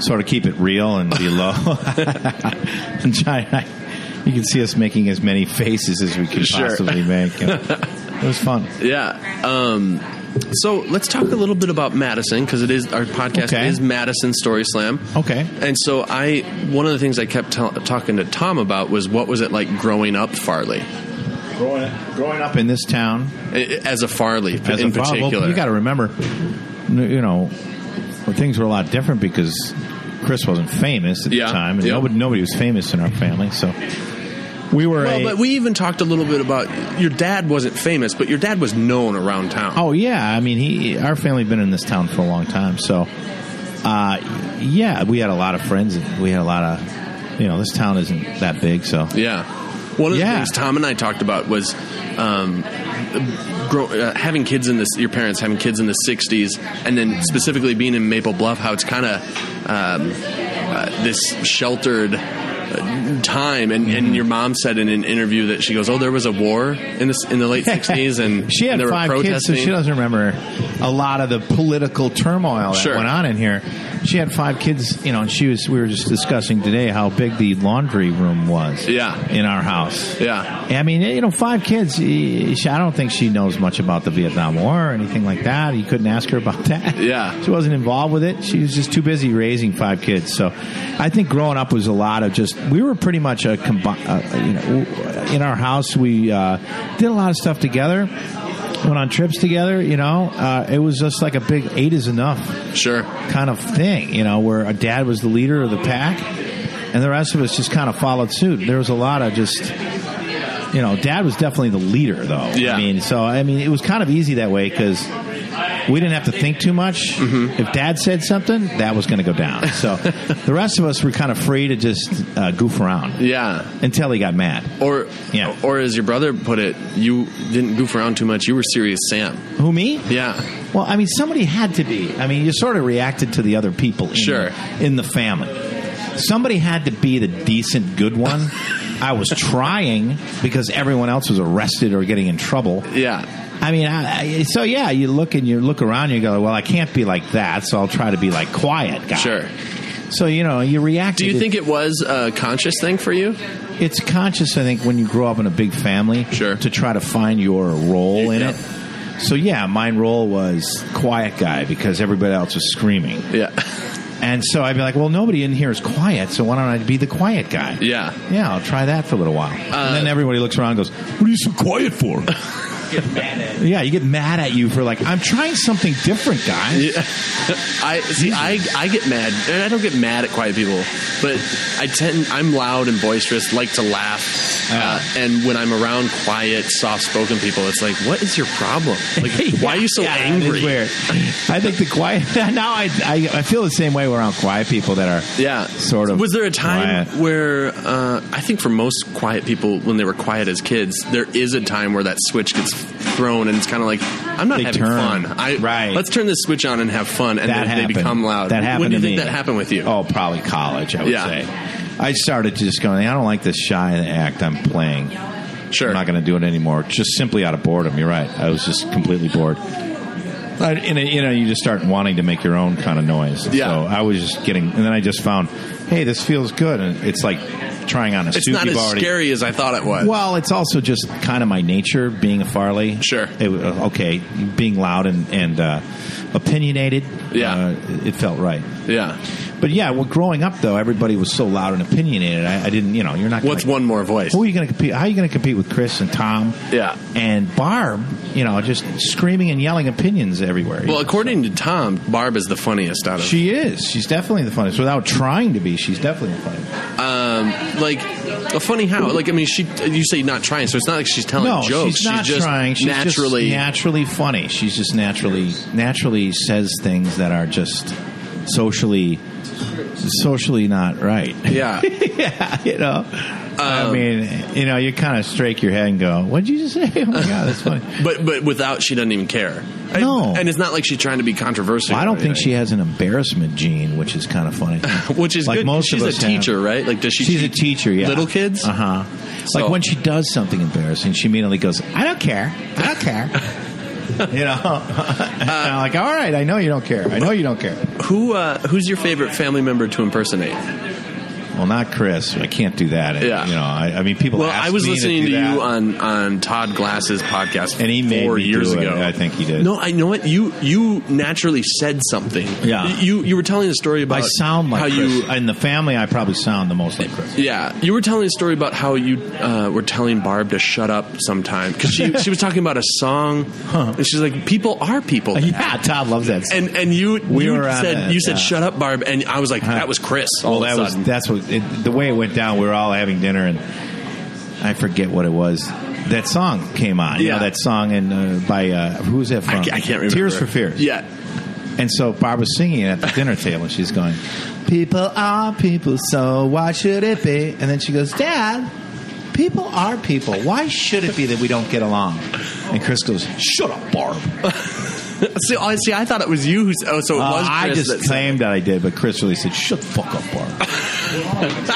Speaker 2: sort of keep it real and be low. and Sean and I, you can see us making as many faces as we could
Speaker 3: Sure.
Speaker 2: possibly make. you know. it was fun.
Speaker 3: Yeah. Um, so let's talk a little bit about Madison because it is our podcast
Speaker 2: Okay.
Speaker 3: is Madison Story Slam.
Speaker 2: Okay.
Speaker 3: And so I, one of the things I kept tell talking to Tom about was what was it like growing up Farley,
Speaker 2: Growing growing up in this town,
Speaker 3: I- as a Farley
Speaker 2: as
Speaker 3: in
Speaker 2: a problem.
Speaker 3: particular.
Speaker 2: you got to remember, you know, things were a lot different because Chris wasn't famous at
Speaker 3: Yeah.
Speaker 2: the time, and
Speaker 3: Yep.
Speaker 2: nobody nobody was famous in our family. So We were
Speaker 3: Well,
Speaker 2: a.
Speaker 3: but we even talked a little bit about your dad wasn't famous, but your dad was known around town.
Speaker 2: Oh yeah, I mean he our family been in this town for a long time, so uh, yeah, we had a lot of friends. We had a lot of you know this town isn't that big, so
Speaker 3: Yeah. One of the
Speaker 2: Yeah.
Speaker 3: things Tom and I talked about was um, grow, uh, having kids in this, your parents having kids in the 60s, and then specifically being in Maple Bluff, how it's kind of um, uh, this sheltered uh, time. And,
Speaker 2: Mm-hmm.
Speaker 3: and your mom said in an interview that she goes, Oh, there was a war in, this, in the late 60s, and
Speaker 2: she had
Speaker 3: and there
Speaker 2: five
Speaker 3: were
Speaker 2: kids, so
Speaker 3: protesting.
Speaker 2: she doesn't remember a lot of the political turmoil that
Speaker 3: Sure.
Speaker 2: went on in here. She had five kids, you know, and she was. We were just discussing today how big the laundry room was.
Speaker 3: Yeah.
Speaker 2: in our house.
Speaker 3: yeah.
Speaker 2: I mean, you know, five kids. eh, she- I don't think she knows much about the Vietnam War or anything like that. You couldn't ask her about that.
Speaker 3: Yeah.
Speaker 2: she wasn't involved with it. She was just too busy raising five kids. So, I think growing up was a lot of just. We were pretty much a combi- uh, you know, in our house. We uh, did a lot of stuff together. Went on trips together. You know, uh, it was just like a big eight is enough
Speaker 3: Sure.
Speaker 2: kind of thing, you know, where a dad was the leader of the pack, and the rest of us just kind of followed suit. There was a lot of just, you know, dad was definitely the leader, though.
Speaker 3: Yeah.
Speaker 2: I mean, so I mean, it was kind of easy that way because we didn't have to think too much.
Speaker 3: Mm-hmm.
Speaker 2: If dad said something, that was going to go down. So the rest of us were kind of free to just uh, goof around
Speaker 3: Yeah.
Speaker 2: until he got mad.
Speaker 3: Or,
Speaker 2: Yeah.
Speaker 3: or as your brother put it, you didn't goof around too much. You were serious, Sam.
Speaker 2: Who me?
Speaker 3: Yeah.
Speaker 2: Well, I mean, somebody had to be. I mean, you sort of reacted to the other people in,
Speaker 3: Sure.
Speaker 2: in the family. Somebody had to be the decent, good one. I was trying because everyone else was arrested or getting in trouble.
Speaker 3: Yeah.
Speaker 2: I mean, I, I, so yeah, you look and you look around, and you go, well, I can't be like that, so I'll try to be like quiet guy.
Speaker 3: Sure.
Speaker 2: So you know, you react.
Speaker 3: Do you
Speaker 2: to-
Speaker 3: think it was a conscious thing for you?
Speaker 2: it's conscious, I think, when you grow up in a big family
Speaker 3: Sure.
Speaker 2: to try to find your role in
Speaker 3: Yeah.
Speaker 2: it. So yeah, my role was quiet guy because everybody else was screaming.
Speaker 3: Yeah.
Speaker 2: And so I'd be like, well, nobody in here is quiet, so why don't I be the quiet guy?
Speaker 3: Yeah. Uh,
Speaker 2: Yeah, I'll try that for a little while. and then everybody looks around and goes, what are you so quiet for? yeah, you get mad at you for like, I'm trying something different, guy.
Speaker 3: I see. I I get mad. And I don't get mad at quiet people, but I tend. I'm loud and boisterous. Like to laugh. Uh, and when I'm around quiet, soft-spoken people, it's like, what is your problem? Like, why are you so
Speaker 2: Yeah, it is
Speaker 3: angry?
Speaker 2: weird. I think the quiet. Now I, I I feel the same way around quiet people that are
Speaker 3: Yeah,
Speaker 2: sort of.
Speaker 3: Was there a time
Speaker 2: quiet.
Speaker 3: where uh, I think for most quiet people, when they were quiet as kids, there is a time where that switch gets thrown, and it's kind of like, I'm not
Speaker 2: They
Speaker 3: having
Speaker 2: turn.
Speaker 3: fun. I,
Speaker 2: Right.
Speaker 3: Let's turn this switch on and have fun, and
Speaker 2: that
Speaker 3: they, they
Speaker 2: happened.
Speaker 3: become loud.
Speaker 2: That happened.
Speaker 3: When do you
Speaker 2: to
Speaker 3: think
Speaker 2: me.
Speaker 3: that happened with you?
Speaker 2: Oh, probably college. I would
Speaker 3: Yeah.
Speaker 2: say. I started just going. I don't like this shy act I'm playing.
Speaker 3: Sure.
Speaker 2: I'm not going to do it anymore. Just simply out of boredom. You're right. I was just completely bored. I, and it- you know, you just start wanting to make your own kind of noise.
Speaker 3: Yeah.
Speaker 2: So I was just getting, and then I just found, hey, this feels good, and it's like trying on a
Speaker 3: It's
Speaker 2: suit
Speaker 3: not
Speaker 2: you've
Speaker 3: as
Speaker 2: already
Speaker 3: scary as I thought it was.
Speaker 2: Well, it's also just kind of my nature being a Farley.
Speaker 3: Sure.
Speaker 2: It, uh, okay, being loud and and uh, opinionated.
Speaker 3: Yeah.
Speaker 2: uh, it felt right.
Speaker 3: yeah.
Speaker 2: But yeah, well, growing up though, everybody was so loud and opinionated. I, I didn't, you know, you're not.
Speaker 3: What's
Speaker 2: gonna,
Speaker 3: one more voice?
Speaker 2: Who are you going to compete? How are you going to compete with Chris and Tom?
Speaker 3: Yeah.
Speaker 2: and Barb. You know, just screaming and yelling opinions everywhere.
Speaker 3: Well, according to Tom, Barb is the funniest out of
Speaker 2: she is. She's definitely the funniest. Without trying to be, she's definitely the funniest.
Speaker 3: um, like a funny how like I mean she you say not trying so it's not like she's telling
Speaker 2: no,
Speaker 3: jokes
Speaker 2: she's not
Speaker 3: just
Speaker 2: trying. She's
Speaker 3: naturally
Speaker 2: just naturally funny. She's just naturally naturally says things that are just socially socially not right.
Speaker 3: yeah
Speaker 2: yeah, you know. I
Speaker 3: Um,
Speaker 2: mean, you know, you kind of strike your head and go, "What did you just say?" Oh my god, that's funny.
Speaker 3: But but without, she doesn't even care. And-
Speaker 2: No.
Speaker 3: and, it's not like she's trying to be controversial.
Speaker 2: Well, I
Speaker 3: or
Speaker 2: don't think she
Speaker 3: anything.
Speaker 2: has an embarrassment gene, which is kind of funny.
Speaker 3: Which is
Speaker 2: like
Speaker 3: good.
Speaker 2: most
Speaker 3: she's
Speaker 2: of us
Speaker 3: a
Speaker 2: have.
Speaker 3: teacher, right? Like, does she?
Speaker 2: She's a
Speaker 3: teach
Speaker 2: teacher, yeah.
Speaker 3: Little kids.
Speaker 2: Uh huh.
Speaker 3: So-
Speaker 2: Like when she does something embarrassing, she immediately goes, "I don't care. I don't care." you know, And I'm like, "All right, I know you don't care. I know you don't care."
Speaker 3: Who uh, who's your favorite family member to impersonate?
Speaker 2: Well, not Chris. I can't do that.
Speaker 3: Yeah.
Speaker 2: You know, I, I mean, people.
Speaker 3: Well,
Speaker 2: ask
Speaker 3: I was
Speaker 2: me
Speaker 3: listening to,
Speaker 2: to, do that.
Speaker 3: you on on Todd Glass's podcast,
Speaker 2: And he made
Speaker 3: four
Speaker 2: me
Speaker 3: years
Speaker 2: do it.
Speaker 3: ago.
Speaker 2: I think he did.
Speaker 3: No, I know it. You you naturally said something.
Speaker 2: Yeah.
Speaker 3: you you were telling a story
Speaker 2: I
Speaker 3: about
Speaker 2: sound like
Speaker 3: how
Speaker 2: Chris.
Speaker 3: you
Speaker 2: in the family. I probably sound the most like Chris.
Speaker 3: Yeah, you were telling a story about how you uh, were telling Barb to shut up sometime because she she was talking about a song, and she's like, "People are people,"
Speaker 2: Yeah, Todd loves that.
Speaker 3: and and you
Speaker 2: We
Speaker 3: you
Speaker 2: were on
Speaker 3: said
Speaker 2: a-
Speaker 3: you said
Speaker 2: yeah. Uh-huh.
Speaker 3: shut up, Barb, and I was like, "That was Chris." All
Speaker 2: well, that
Speaker 3: of a
Speaker 2: was
Speaker 3: sudden.
Speaker 2: that's what it, the way it went down. We were all having dinner, and I forget what it was. That song came on. You
Speaker 3: Yeah.
Speaker 2: know, that song and uh, by uh, who's that
Speaker 3: I,
Speaker 2: from?
Speaker 3: ca- I can't remember.
Speaker 2: Tears for Fears.
Speaker 3: Yeah.
Speaker 2: And so Barbara's singing it at the dinner table, and she's going, "People are people, so why should it be?" And then she goes, "Dad, people are people. Why should it be that we don't get along?" And Chris goes, "Shut up, Barb."
Speaker 3: See, I see. I thought it was you who. s- Oh, so it
Speaker 2: Uh,
Speaker 3: was. Chris
Speaker 2: I just
Speaker 3: that said-
Speaker 2: claimed that I did, but Chris really said, "Shut the fuck up, Barb."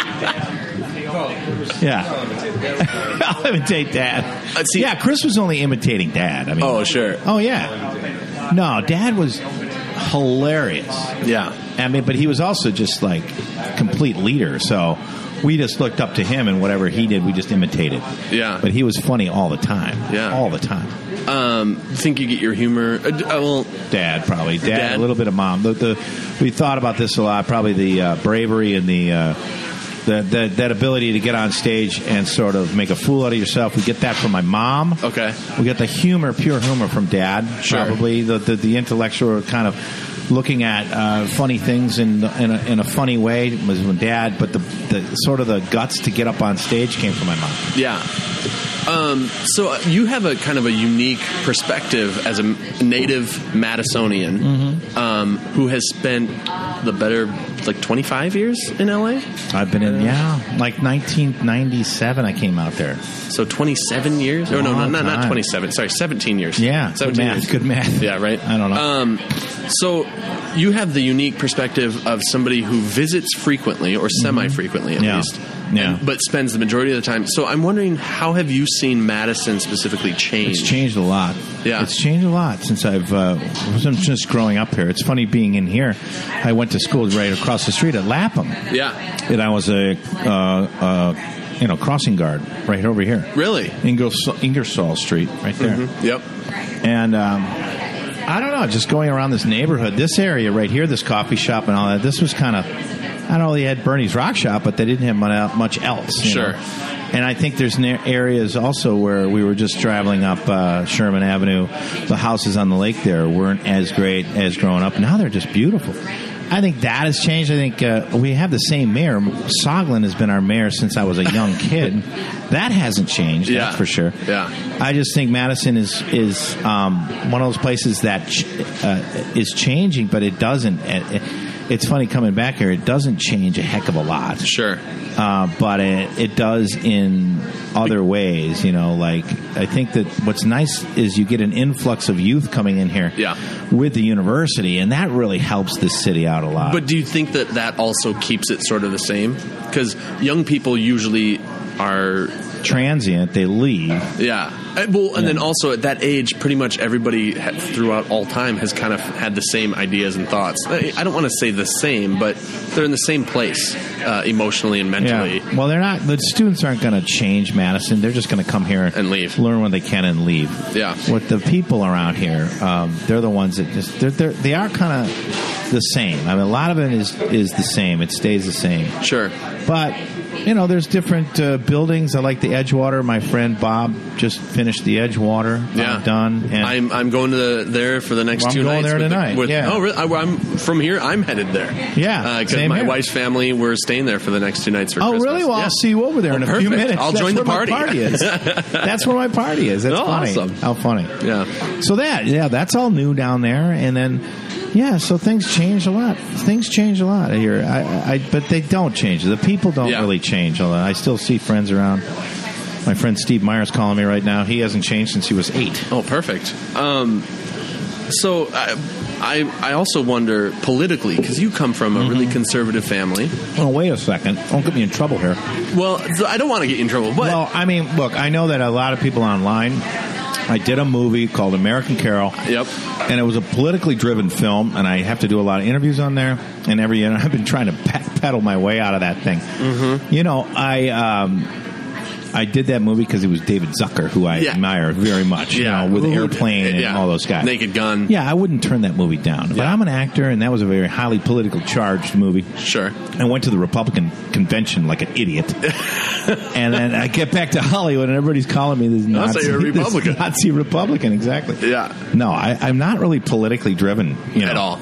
Speaker 2: yeah, I'll imitate Dad.
Speaker 3: Uh, see-
Speaker 2: yeah, Chris was only imitating Dad. I mean,
Speaker 3: Oh, sure.
Speaker 2: oh yeah, no, Dad was hilarious.
Speaker 3: Yeah.
Speaker 2: I mean, but he was also just like complete leader. So we just looked up to him, and whatever he did, we just imitated.
Speaker 3: Yeah.
Speaker 2: But he was funny all the time.
Speaker 3: Yeah.
Speaker 2: All the time.
Speaker 3: Um, think you get your humor? Uh, d- uh, well,
Speaker 2: Dad, probably dad,
Speaker 3: Dad?
Speaker 2: a little bit of mom. The, the, we thought about this a lot. Probably the uh, bravery and the. Uh, the, the, that ability to get on stage and sort of make a fool out of yourself. We get that from my mom.
Speaker 3: Okay.
Speaker 2: We get the humor, pure humor from dad.
Speaker 3: Sure.
Speaker 2: Probably the, the, the intellectual kind of looking at uh, funny things in, in, a, in a funny way was from dad, but the, the sort of the guts to get up on stage came from my mom.
Speaker 3: yeah. Um, so uh, you have a kind of a unique perspective as a m- native Madisonian
Speaker 2: Mm-hmm.
Speaker 3: um, who has spent the better like 25 years in LA.
Speaker 2: I've been in, yeah, like 1997 I came out there.
Speaker 3: So 27 years? Oh no, no,
Speaker 2: Long
Speaker 3: not not
Speaker 2: time.
Speaker 3: 27. Sorry, 17 years.
Speaker 2: Yeah, good
Speaker 3: 17
Speaker 2: math,
Speaker 3: years.
Speaker 2: good math.
Speaker 3: Yeah, right.
Speaker 2: I don't know.
Speaker 3: Um, so you have the unique perspective of somebody who visits frequently or semi-frequently at
Speaker 2: Mm-hmm. Yeah.
Speaker 3: least.
Speaker 2: Yeah.
Speaker 3: and- but spends the majority of the time. So I'm wondering, how have you seen Madison specifically change?
Speaker 2: It's changed a lot.
Speaker 3: Yeah.
Speaker 2: it's changed a lot since I've uh, since just growing up here. It's funny being in here. I went to school right across the street at Lapham,
Speaker 3: Yeah.
Speaker 2: and I was a uh, uh, you know crossing guard right over here,
Speaker 3: Really? Mm-hmm.
Speaker 2: Ingersoll, Ingersoll Street, right there.
Speaker 3: Yep.
Speaker 2: And um, I don't know, just going around this neighborhood, this area right here, this coffee shop and all that. This was kind of I don't know. They had Bernie's Rock Shop, but they didn't have mon- much else. you
Speaker 3: Sure.
Speaker 2: know. And I think there's na- areas also where we were just traveling up uh, Sherman Avenue. The houses on the lake there weren't as great as growing up. Now they're just beautiful. I think that has changed. I think uh, we have the same mayor. Soglin has been our mayor since I was a young kid. that hasn't changed,
Speaker 3: Yeah.
Speaker 2: that's for sure.
Speaker 3: Yeah.
Speaker 2: I just think Madison is is um, one of those places that ch- uh, is changing, but it doesn't. uh, It, it's funny coming back here; it doesn't change a heck of a lot,
Speaker 3: Sure.
Speaker 2: uh, but it, it does in other ways. You know, like I think that what's nice is you get an influx of youth coming in here,
Speaker 3: Yeah.
Speaker 2: with the university, and that really helps the city out a lot.
Speaker 3: But do you think that that also keeps it sort of the same? Because young people usually are
Speaker 2: transient, they leave.
Speaker 3: Yeah. Uh, Well, and then also at that age, pretty much everybody ha- throughout all time has kind of had the same ideas and thoughts. I I don't want to say the same, but they're in the same place uh, emotionally and mentally.
Speaker 2: Yeah. Well, they're not. The students aren't going to change Madison. They're just going to come here
Speaker 3: And leave.
Speaker 2: learn what they can, and leave.
Speaker 3: Yeah.
Speaker 2: What the people around here, um, they're the ones that just they're, they're they are kind of the same. I mean, a lot of it is is the same. It stays the same.
Speaker 3: Sure.
Speaker 2: But you know, there's different uh, buildings. I like the Edgewater. My friend Bob just finished the Edgewater.
Speaker 3: Yeah.
Speaker 2: I'm done. And
Speaker 3: I'm I'm going to the, there for the next
Speaker 2: Well, I'm
Speaker 3: two
Speaker 2: going
Speaker 3: nights.
Speaker 2: there
Speaker 3: with the-
Speaker 2: tonight,
Speaker 3: with-
Speaker 2: yeah.
Speaker 3: Oh, really? I, am from here. I'm headed there.
Speaker 2: Yeah,
Speaker 3: Because
Speaker 2: same
Speaker 3: my
Speaker 2: here.
Speaker 3: wife's family were staying there for the next two nights for
Speaker 2: Oh,
Speaker 3: Christmas.
Speaker 2: really? Well,
Speaker 3: Yeah.
Speaker 2: I'll see you over there in a
Speaker 3: Well,
Speaker 2: few
Speaker 3: perfect.
Speaker 2: minutes.
Speaker 3: I'll
Speaker 2: That's
Speaker 3: join the
Speaker 2: where
Speaker 3: party.
Speaker 2: My party is. That's where my party is. That's
Speaker 3: Oh,
Speaker 2: funny.
Speaker 3: awesome.
Speaker 2: How funny.
Speaker 3: Yeah.
Speaker 2: So that yeah, that's all new down there, and then yeah, so things change a lot. Things change a lot here. I, I but they don't change. The people don't
Speaker 3: Yeah.
Speaker 2: really change. Although I still see friends around. My friend Steve Myers calling me right now. He hasn't changed since he was eight.
Speaker 3: Oh, perfect. Um, so I, I I also wonder politically because you come from a
Speaker 2: Mm-hmm.
Speaker 3: really conservative family.
Speaker 2: Oh wait a second! Don't get me in trouble here.
Speaker 3: Well, so I don't want to get you in trouble, but
Speaker 2: well, I mean, look, I know that a lot of people online. I did a movie called American Carol.
Speaker 3: Yep.
Speaker 2: And it was a politically driven film, and I have to do a lot of interviews on there. And every year, I've been trying to pe- pedal my way out of that thing. Mm-hmm. You know, I. Um, I did that movie because it was David Zucker, who I
Speaker 3: Yeah.
Speaker 2: admire very much. you know, with
Speaker 3: Who would-
Speaker 2: Airplane and
Speaker 3: yeah.
Speaker 2: all those guys.
Speaker 3: Naked Gun.
Speaker 2: Yeah, I wouldn't turn that movie down. But
Speaker 3: Yeah.
Speaker 2: I'm an actor, and that was a very highly political charged movie.
Speaker 3: Sure.
Speaker 2: I went to the Republican convention like an idiot. and then I get back to Hollywood, and everybody's calling me this
Speaker 3: I'll
Speaker 2: Nazi,
Speaker 3: say you're a
Speaker 2: this
Speaker 3: Republican.
Speaker 2: Nazi Republican, exactly.
Speaker 3: Yeah.
Speaker 2: No, I, I'm not really politically driven you know.
Speaker 3: At all.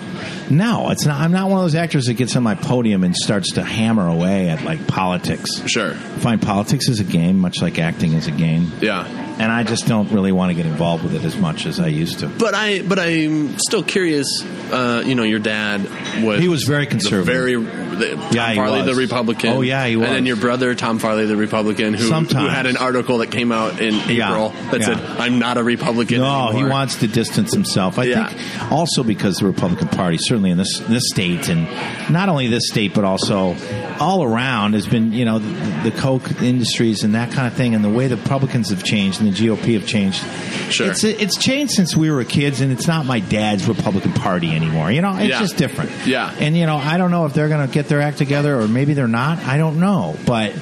Speaker 2: No, it's not. I'm not one of those actors that gets on my podium and starts to hammer away at like politics.
Speaker 3: Sure.
Speaker 2: I find politics is a game, much like acting is a game.
Speaker 3: Yeah.
Speaker 2: And I just don't really want to get involved with it as much as I used to.
Speaker 3: But I, but I'm still curious. Uh, you know, your dad was
Speaker 2: He was very conservative.
Speaker 3: the very the, Tom
Speaker 2: Yeah, he
Speaker 3: Farley,
Speaker 2: was.
Speaker 3: the Republican.
Speaker 2: Oh, yeah, he was.
Speaker 3: And then your brother, Tom Farley, the Republican, who, who
Speaker 2: Sometimes.
Speaker 3: had an article that came out in
Speaker 2: Yeah,
Speaker 3: April that
Speaker 2: yeah.
Speaker 3: said, "I'm not a Republican."
Speaker 2: No, Oh, he
Speaker 3: anymore."
Speaker 2: wants to distance himself. I
Speaker 3: Yeah.
Speaker 2: think also because the Republican Party, certainly in this this state, and not only this state but also all around, has been you know the, the coke industries and that kind of thing, and the way the Republicans have changed and the GOP have changed.
Speaker 3: Sure.
Speaker 2: it's it's changed since we were kids, and it's not my dad's Republican Party anymore. You know, it's
Speaker 3: Yeah.
Speaker 2: just different.
Speaker 3: Yeah.
Speaker 2: and you know, I don't know if they're going to get their act together or maybe they're not. I don't know, but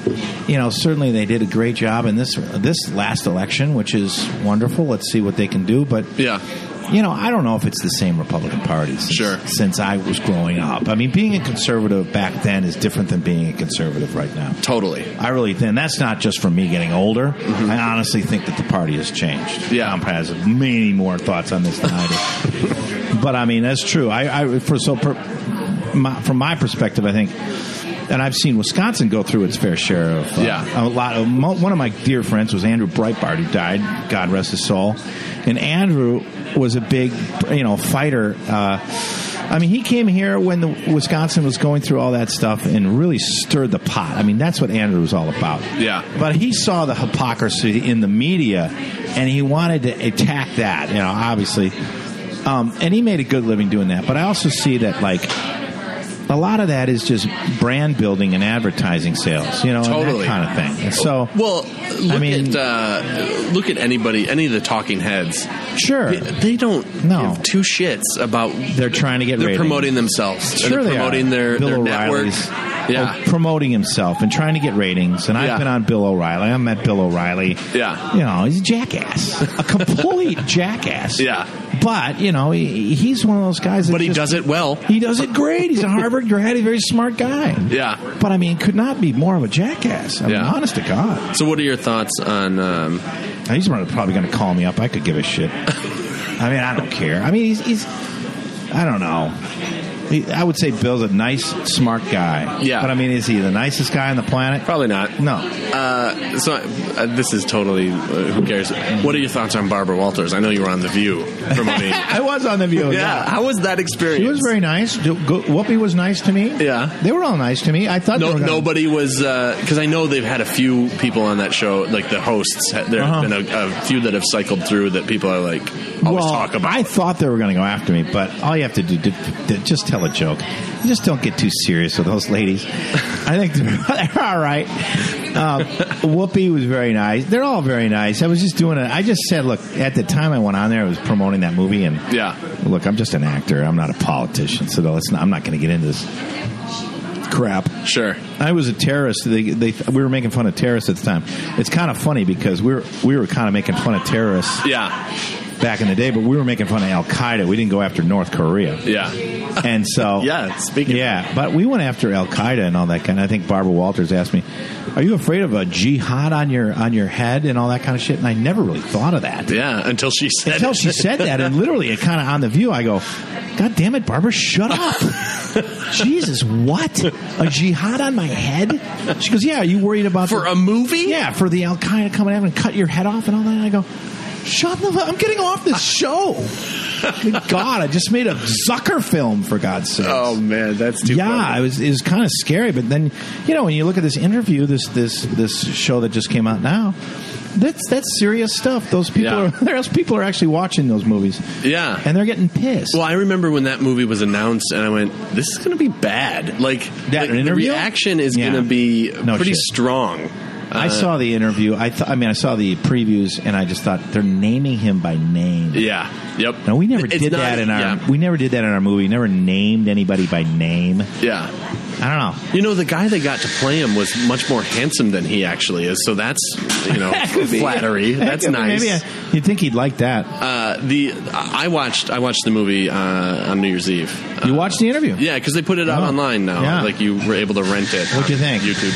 Speaker 2: you know, certainly they did a great job in this this last election, which is wonderful. Let's see what they can do, but
Speaker 3: Yeah.
Speaker 2: you know, I don't know if it's the same Republican Party since,
Speaker 3: Sure.
Speaker 2: since I was growing up. I mean, being a conservative back then is different than being a conservative right now.
Speaker 3: Totally.
Speaker 2: I really think and that's not just from me getting older. I honestly think that the party has changed.
Speaker 3: Yeah.
Speaker 2: Trump has many more thoughts on this than I do. but I mean, that's true. I, I for so per, my, from my perspective, I think, and I've seen Wisconsin go through its fair share of uh,
Speaker 3: Yeah.
Speaker 2: a lot of mo- one of my dear friends was Andrew Breitbart, who died, God rest his soul. And Andrew was a big, you know, fighter. Uh, I mean, he came here when the Wisconsin was going through all that stuff and really stirred the pot. I mean, that's what Andrew was all about.
Speaker 3: Yeah.
Speaker 2: But he saw the hypocrisy in the media, and he wanted to attack that. You know, obviously. Um, and he made a good living doing that. But I also see that, like, a lot of that is just brand building and advertising sales, you know, and
Speaker 3: Totally.
Speaker 2: that kind of thing. And so,
Speaker 3: Well, look
Speaker 2: mean-
Speaker 3: at uh, look at anybody, any of the talking heads.
Speaker 2: sure,
Speaker 3: They, they don't
Speaker 2: No.
Speaker 3: give two shits about.
Speaker 2: they're trying to get
Speaker 3: They're
Speaker 2: ratings.
Speaker 3: promoting themselves.
Speaker 2: Sure,
Speaker 3: and
Speaker 2: they
Speaker 3: they're promoting
Speaker 2: are.
Speaker 3: their
Speaker 2: Bill
Speaker 3: their
Speaker 2: O'Reilly's
Speaker 3: networks. Yeah.
Speaker 2: uh, promoting himself and trying to get ratings. And I've
Speaker 3: Yeah.
Speaker 2: been on Bill O'Reilly. I met Bill O'Reilly.
Speaker 3: Yeah.
Speaker 2: you know, he's a jackass, a complete jackass.
Speaker 3: Yeah.
Speaker 2: but you know, he, he's one of those guys. That
Speaker 3: but he
Speaker 2: just-
Speaker 3: does it well.
Speaker 2: He does it great. He's a Harvard grad. He's a very smart guy.
Speaker 3: Yeah.
Speaker 2: But I mean, could not be more of a jackass. I mean,
Speaker 3: Yeah.
Speaker 2: honest to God.
Speaker 3: So, what are your thoughts on? Um,
Speaker 2: Now, he's probably going to call me up. I could give a shit. I mean, I don't care. I mean, he's, he's I don't know. He, I would say Bill's a nice, smart guy.
Speaker 3: Yeah.
Speaker 2: But I mean, is he the nicest guy on the planet?
Speaker 3: probably not.
Speaker 2: No.
Speaker 3: Uh, so, uh, this is totally. Uh, who cares? What are your thoughts on Barbara Walters? I know you were on the View from a meeting.
Speaker 2: I was on the view.
Speaker 3: yeah. How was that experience?
Speaker 2: Oh, She was very nice. Do- go- Whoopi was nice to me.
Speaker 3: Yeah.
Speaker 2: They were all nice to me. I thought they
Speaker 3: No,
Speaker 2: were gonna-
Speaker 3: nobody was because I know they've had a few people on that show, like the hosts. ha- There
Speaker 2: Uh-huh.
Speaker 3: have been a, a few that have cycled through that people are like always
Speaker 2: well,
Speaker 3: talk about.
Speaker 2: I thought they were going to go after me, but all you have to do to, to just tell a joke. You just don't get too serious with those ladies. I think they're, they're all right. Um, Whoopi was very nice. They're all very nice. I was just doing it. I just said, look, at the time I went on there, I was promoting that movie, and
Speaker 3: Yeah.
Speaker 2: look, I'm just an actor. I'm not a politician, so let's not, I'm not going to get into this crap.
Speaker 3: sure.
Speaker 2: I was a terrorist. They, they, we were making fun of terrorists at the time. It's kind of funny because we were we were kind of making fun of terrorists
Speaker 3: Yeah.
Speaker 2: back in the day, but we were making fun of Al Qaeda. We didn't go after North Korea.
Speaker 3: Yeah.
Speaker 2: And so,
Speaker 3: Yeah. Speaking.
Speaker 2: yeah, but we went after Al Qaeda and all that kind. I think Barbara Walters asked me, "Are you afraid of a jihad on your on your head and all that kind of shit?" And I never really thought of that
Speaker 3: Yeah. Until she said.
Speaker 2: until
Speaker 3: it.
Speaker 2: she said that, and literally, it kind of on the view. I go, God damn it, Barbara, shut up! Jesus, what a jihad on my head? She goes, Yeah, are you worried about
Speaker 3: for
Speaker 2: the-
Speaker 3: a movie.
Speaker 2: yeah for the Al Qaeda coming out and cut your head off and all that? And I go. Shut the fuck! I'm getting off this show. Good God, I just made a Zucker film for God's sake.
Speaker 3: Oh man, that's too.
Speaker 2: Yeah,
Speaker 3: funny.
Speaker 2: it was it was kind of scary. But then, you know, when you look at this interview, this this this show that just came out now, that's that's serious stuff. Those people
Speaker 3: Yeah.
Speaker 2: are there's people are actually watching those movies.
Speaker 3: Yeah.
Speaker 2: and they're getting pissed.
Speaker 3: Well, I remember when that movie was announced, and I went, "This is going to be bad." Like
Speaker 2: That
Speaker 3: like, the
Speaker 2: interview?
Speaker 3: reaction is
Speaker 2: Yeah.
Speaker 3: going to be
Speaker 2: No
Speaker 3: pretty
Speaker 2: shit.
Speaker 3: strong. uh,
Speaker 2: I saw the interview. I th- I mean, I saw the previews, and I just thought they're naming him by name.
Speaker 3: Yeah. Yep.
Speaker 2: No, we never
Speaker 3: It's
Speaker 2: did
Speaker 3: not-
Speaker 2: that in our
Speaker 3: yeah.
Speaker 2: we never did that in our movie. Never named anybody by name.
Speaker 3: yeah.
Speaker 2: I
Speaker 3: You know, the guy that got to play him was much more handsome than he actually is, so that's you know
Speaker 2: don't know.
Speaker 3: flattery. That's nice.
Speaker 2: Maybe I, you'd think he'd like that.
Speaker 3: uh, the I watched I watched the movie uh, on New Year's Eve. Uh,
Speaker 2: you watched the interview.
Speaker 3: yeah, because they put it out
Speaker 2: Oh.
Speaker 3: online now.
Speaker 2: Yeah.
Speaker 3: Like you were able to rent it.
Speaker 2: What'd you
Speaker 3: on
Speaker 2: think?
Speaker 3: YouTube.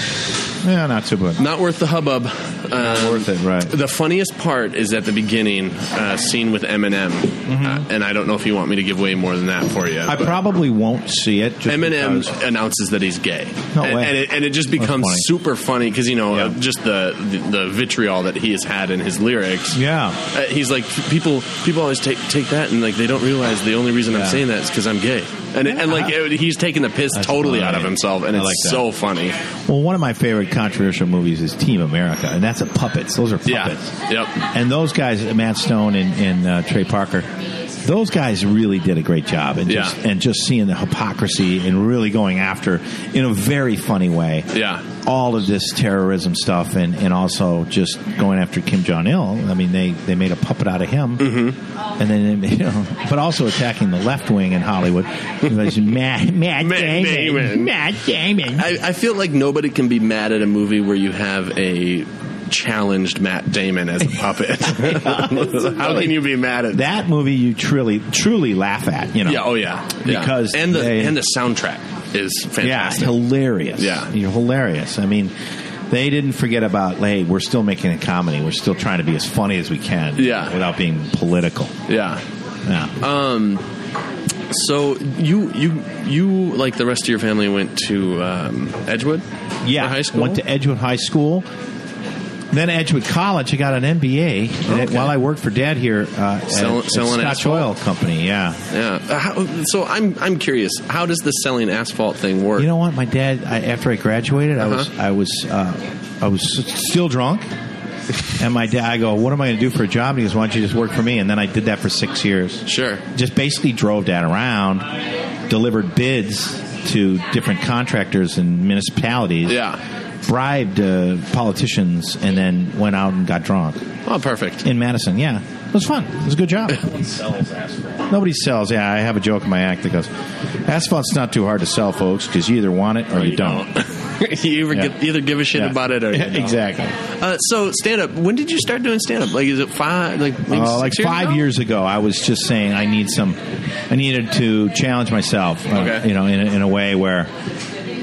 Speaker 2: Yeah, not too bad.
Speaker 3: Not worth the hubbub. Um,
Speaker 2: worth it, right.
Speaker 3: The funniest part is at the beginning, uh, scene with Eminem, uh, and I don't know if you want me to give way more than that for you.
Speaker 2: Mm-hmm. I
Speaker 3: but
Speaker 2: probably won't see it. Just
Speaker 3: Eminem
Speaker 2: because-
Speaker 3: announces that he's gay,
Speaker 2: No
Speaker 3: and,
Speaker 2: way.
Speaker 3: and it, and it just becomes
Speaker 2: funny.
Speaker 3: super funny because you know uh,
Speaker 2: Yeah.
Speaker 3: just the, the the vitriol that he has had in his lyrics.
Speaker 2: Yeah.
Speaker 3: Uh, he's like people. People always take take that and like they don't realize the only reason
Speaker 2: Yeah.
Speaker 3: I'm saying that is because I'm gay, and and like it, he's taking the piss
Speaker 2: That's
Speaker 3: totally out
Speaker 2: funny.
Speaker 3: of himself, and
Speaker 2: I
Speaker 3: it's
Speaker 2: like that.
Speaker 3: so funny.
Speaker 2: Well, one of my favorite controversial movies is Team America, and that's a puppets. Those are puppets.
Speaker 3: Yeah. Yep.
Speaker 2: And those guys, Matt Stone and, and uh, Trey Parker, those guys really did a great job, and just
Speaker 3: Yeah.
Speaker 2: and just seeing the hypocrisy and really going after in a very funny way.
Speaker 3: Yeah.
Speaker 2: All of this terrorism stuff, and, and also just going after Kim Jong Il. I mean, they, they made a puppet out of him, mm-hmm. and then you know, but also attacking the left wing in Hollywood. It was Matt, Matt,
Speaker 3: Matt
Speaker 2: Damon,
Speaker 3: Damon.
Speaker 2: Matt Damon.
Speaker 3: I, I feel like nobody can be mad at a movie where you have a challenged Matt Damon as a puppet. How can you be mad at that?
Speaker 2: that movie you truly truly laugh at you know
Speaker 3: Yeah, oh yeah, yeah.
Speaker 2: Because
Speaker 3: and the
Speaker 2: they-
Speaker 3: and the soundtrack is
Speaker 2: yeah
Speaker 3: fantastic.
Speaker 2: hilarious
Speaker 3: Yeah.
Speaker 2: you're hilarious i mean they didn't forget about hey we're still making a comedy we're still trying to be as funny as we can
Speaker 3: Yeah.
Speaker 2: without being political
Speaker 3: Yeah.
Speaker 2: yeah
Speaker 3: So you you you like the rest of your family went to um, Edgewood?
Speaker 2: yeah
Speaker 3: for high school.
Speaker 2: went to edgewood high school then Edgewood College, I got an MBA and it- while I worked for Dad here uh, at-
Speaker 3: Selling-
Speaker 2: at,
Speaker 3: selling
Speaker 2: Scotch
Speaker 3: asphalt?
Speaker 2: Oil Company. Yeah,
Speaker 3: yeah. Uh, how, so I'm I'm curious. How does the selling asphalt thing work?
Speaker 2: You know what? My dad. I, after I graduated,
Speaker 3: Uh-huh.
Speaker 2: I was I was uh, I was s- still drunk, and my dad. I go, "What am I going to do for a job?" And he goes, "Why don't you just work for me?" And then I did that for six years.
Speaker 3: sure.
Speaker 2: Just basically drove dad around, delivered bids to different contractors and municipalities.
Speaker 3: Yeah.
Speaker 2: Bribed uh, politicians and then went out and got drunk
Speaker 3: Oh, perfect.
Speaker 2: in Madison. Yeah, it was fun. It was a good job. Nobody sells asphalt. Nobody sells. Yeah, I have a joke in my act that goes, "Asphalt's not too hard to sell, folks, because you either want it or you don't."
Speaker 3: you either,
Speaker 2: Yeah.
Speaker 3: get, either give a shit
Speaker 2: Yeah.
Speaker 3: about it or you don't.
Speaker 2: exactly.
Speaker 3: Uh, so stand up. When did you start doing stand up? Like, is it five? Like, maybe
Speaker 2: Uh, like
Speaker 3: six years
Speaker 2: five
Speaker 3: ago?
Speaker 2: years ago, I was just saying I need some. I needed to challenge myself, uh,
Speaker 3: Okay.
Speaker 2: you know, in a, in a way where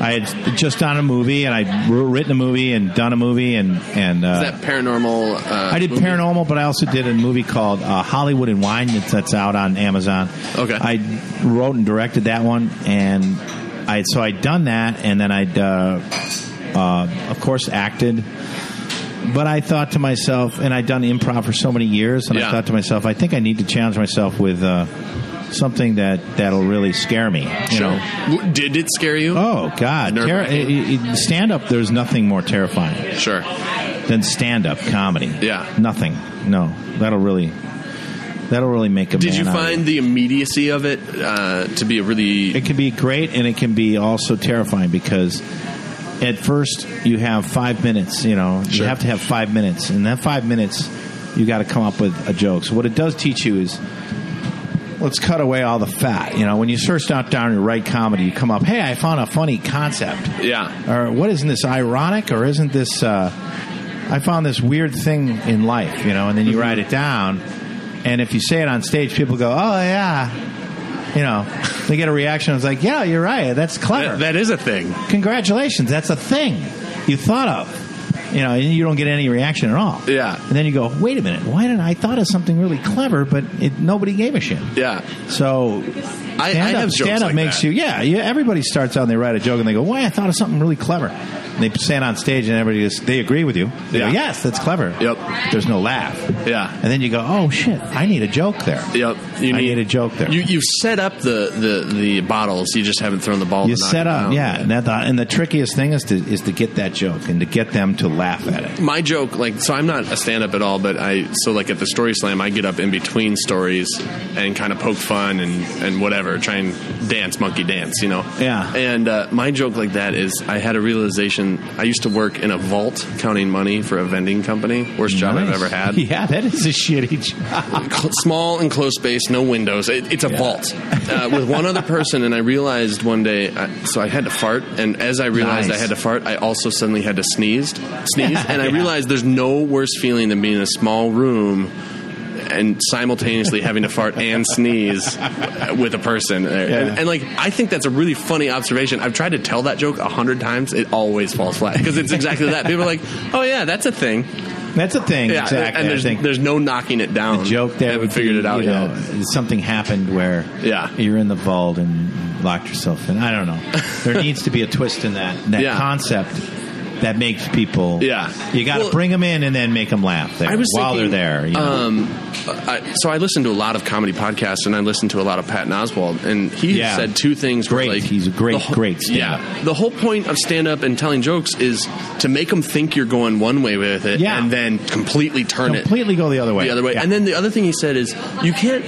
Speaker 2: I had just done a movie and I'd wr- written a movie and done a movie and and uh,
Speaker 3: Is that paranormal? Uh,
Speaker 2: I did
Speaker 3: movie?
Speaker 2: paranormal, but I also did a movie called uh, Hollywood and Wine that's, that's out on Amazon.
Speaker 3: Okay.
Speaker 2: I wrote and directed that one, and I so I'd done that, and then I'd uh, uh, of course acted. But I thought to myself, and I'd done improv for so many years, and
Speaker 3: Yeah.
Speaker 2: I thought to myself, I think I need to challenge myself with uh, something that that'll really scare me. You
Speaker 3: Sure.
Speaker 2: know,
Speaker 3: W- Did it scare you?
Speaker 2: oh God, Terri eh, stand up. There's nothing more terrifying
Speaker 3: Sure.
Speaker 2: than stand-up comedy.
Speaker 3: Yeah.
Speaker 2: nothing. No, that'll really that'll really make a.
Speaker 3: Did
Speaker 2: man
Speaker 3: you
Speaker 2: out of
Speaker 3: find the immediacy of it uh, to be a really?
Speaker 2: it can be great and it can be also terrifying because at first you have five minutes you know you
Speaker 3: Sure.
Speaker 2: have to have five minutes and that five minutes you got to come up with a joke so what it does teach you is let's cut away all the fat you know when you first start down and write comedy you come up hey i found a funny concept
Speaker 3: Yeah.
Speaker 2: or what isn't this ironic or isn't this uh, i found this weird thing in life you know and then
Speaker 3: Mm-hmm.
Speaker 2: you write it down and if you say it on stage people go oh yeah you know they get a reaction it's like yeah you're right that's clever
Speaker 3: That, that is a thing.
Speaker 2: congratulations that's a thing you thought of you know and you don't get any reaction at all
Speaker 3: Yeah.
Speaker 2: and then you go wait a minute why didn't i thought of something really clever but it, nobody gave a shit
Speaker 3: Yeah.
Speaker 2: so
Speaker 3: I- I
Speaker 2: stand
Speaker 3: have
Speaker 2: up,
Speaker 3: jokes
Speaker 2: stand up
Speaker 3: like
Speaker 2: makes
Speaker 3: that.
Speaker 2: you yeah, yeah. Everybody starts out and they write a joke and they go, "Why I thought of something really clever." And they stand on stage and everybody just they agree with you. They go,
Speaker 3: Yeah.
Speaker 2: yes, that's clever.
Speaker 3: Yep.
Speaker 2: There's no laugh.
Speaker 3: Yeah.
Speaker 2: And then you go, "Oh shit, I need a joke there."
Speaker 3: Yep.
Speaker 2: I need a joke there.
Speaker 3: You you set up the, the, the bottles. You just haven't thrown the Oh, ball.
Speaker 2: You
Speaker 3: to knock
Speaker 2: set
Speaker 3: it
Speaker 2: up,
Speaker 3: down.
Speaker 2: yeah, and, that, and the trickiest thing is to is to get that joke and to get them to laugh at it.
Speaker 3: my joke like so i'm not a stand-up at all but i so like at the story slam i get up in between stories and kind of poke fun and and whatever try and dance monkey dance you know
Speaker 2: Yeah.
Speaker 3: and uh, my joke like that is i had a realization i used to work in a vault counting money for a vending company worst job i've
Speaker 2: Nice.
Speaker 3: ever had
Speaker 2: Yeah, that is a shitty job.
Speaker 3: Cl- small enclosed space, no windows. It, it's a vault uh, with one other person. And I realized one day, I, so I had to fart. And as I realized
Speaker 2: Nice.
Speaker 3: I had to fart, I also suddenly had to sneeze, sneeze. And I realized there's no worse feeling than being in a small room. and simultaneously having to fart and sneeze with a person. And, and like, I think that's a really funny observation. I've tried to tell that joke a hundred times. It always falls flat because it's exactly that. People are like, "Oh yeah, that's a thing."
Speaker 2: That's a thing.
Speaker 3: Yeah,
Speaker 2: exactly.
Speaker 3: and there's
Speaker 2: I think
Speaker 3: there's no knocking it
Speaker 2: the
Speaker 3: down.
Speaker 2: joke there.
Speaker 3: I haven't
Speaker 2: would be,
Speaker 3: figured it out
Speaker 2: you know,
Speaker 3: yet.
Speaker 2: Something happened where
Speaker 3: Yeah.
Speaker 2: you're in the vault and locked yourself in. I don't know. There needs to be a twist in that that
Speaker 3: Yeah.
Speaker 2: concept that makes people.
Speaker 3: Yeah.
Speaker 2: you got to
Speaker 3: Well-
Speaker 2: 'em bring them in and then make them laugh there
Speaker 3: I was
Speaker 2: while
Speaker 3: thinking,
Speaker 2: they're there. You know?
Speaker 3: Um, I, so I listen to a lot of comedy podcasts, and I listen to a lot of Patton Oswald, and he
Speaker 2: Yeah.
Speaker 3: said two things. where,
Speaker 2: Great.
Speaker 3: like,
Speaker 2: He's a great,
Speaker 3: the whole-
Speaker 2: great stand-up.
Speaker 3: Yeah, the whole point of stand up and telling jokes is to make them think you're going one way with it,
Speaker 2: Yeah.
Speaker 3: and then completely turn it
Speaker 2: Completely go the other way.
Speaker 3: the other way.
Speaker 2: Yeah.
Speaker 3: And then the other thing he said is you can't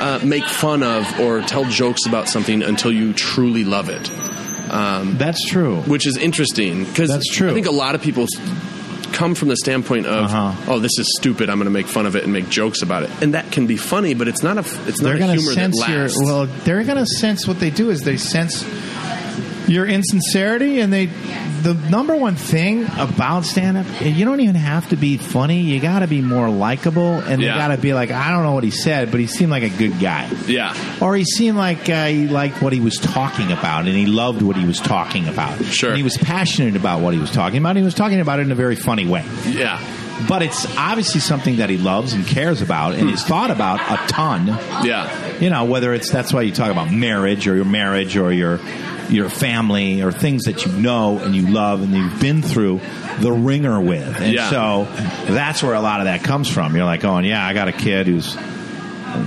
Speaker 3: uh, make fun of or tell jokes about something until you truly love it, um,
Speaker 2: That's true.
Speaker 3: which is interesting because
Speaker 2: That's true.
Speaker 3: I think a lot of people come from the standpoint of
Speaker 2: Uh-huh.
Speaker 3: oh this is stupid I'm going to make fun of it and make jokes about it and that can be funny but it's not a it's not
Speaker 2: they're
Speaker 3: a
Speaker 2: gonna
Speaker 3: humor that
Speaker 2: sense your
Speaker 3: lasts.
Speaker 2: well they're gonna sense what they do is they sense your insincerity and they the number one thing about stand up you don't even have to be funny you gotta be more likable and
Speaker 3: Yeah.
Speaker 2: you gotta be like i don't know what he said but he seemed like a good guy
Speaker 3: yeah
Speaker 2: or he seemed like uh, he liked what he was talking about and he loved what he was talking about
Speaker 3: Sure.
Speaker 2: and he was passionate about what he was talking about and he was talking about it in a very funny way
Speaker 3: yeah
Speaker 2: but it's obviously something that he loves and cares about and he's thought about a ton
Speaker 3: yeah
Speaker 2: you know whether it's that's why you talk about marriage or your marriage or your your family or things that you know and you love and you've been through the ringer with and
Speaker 3: Yeah.
Speaker 2: so that's where a lot of that comes from you're like oh and yeah i got a kid who's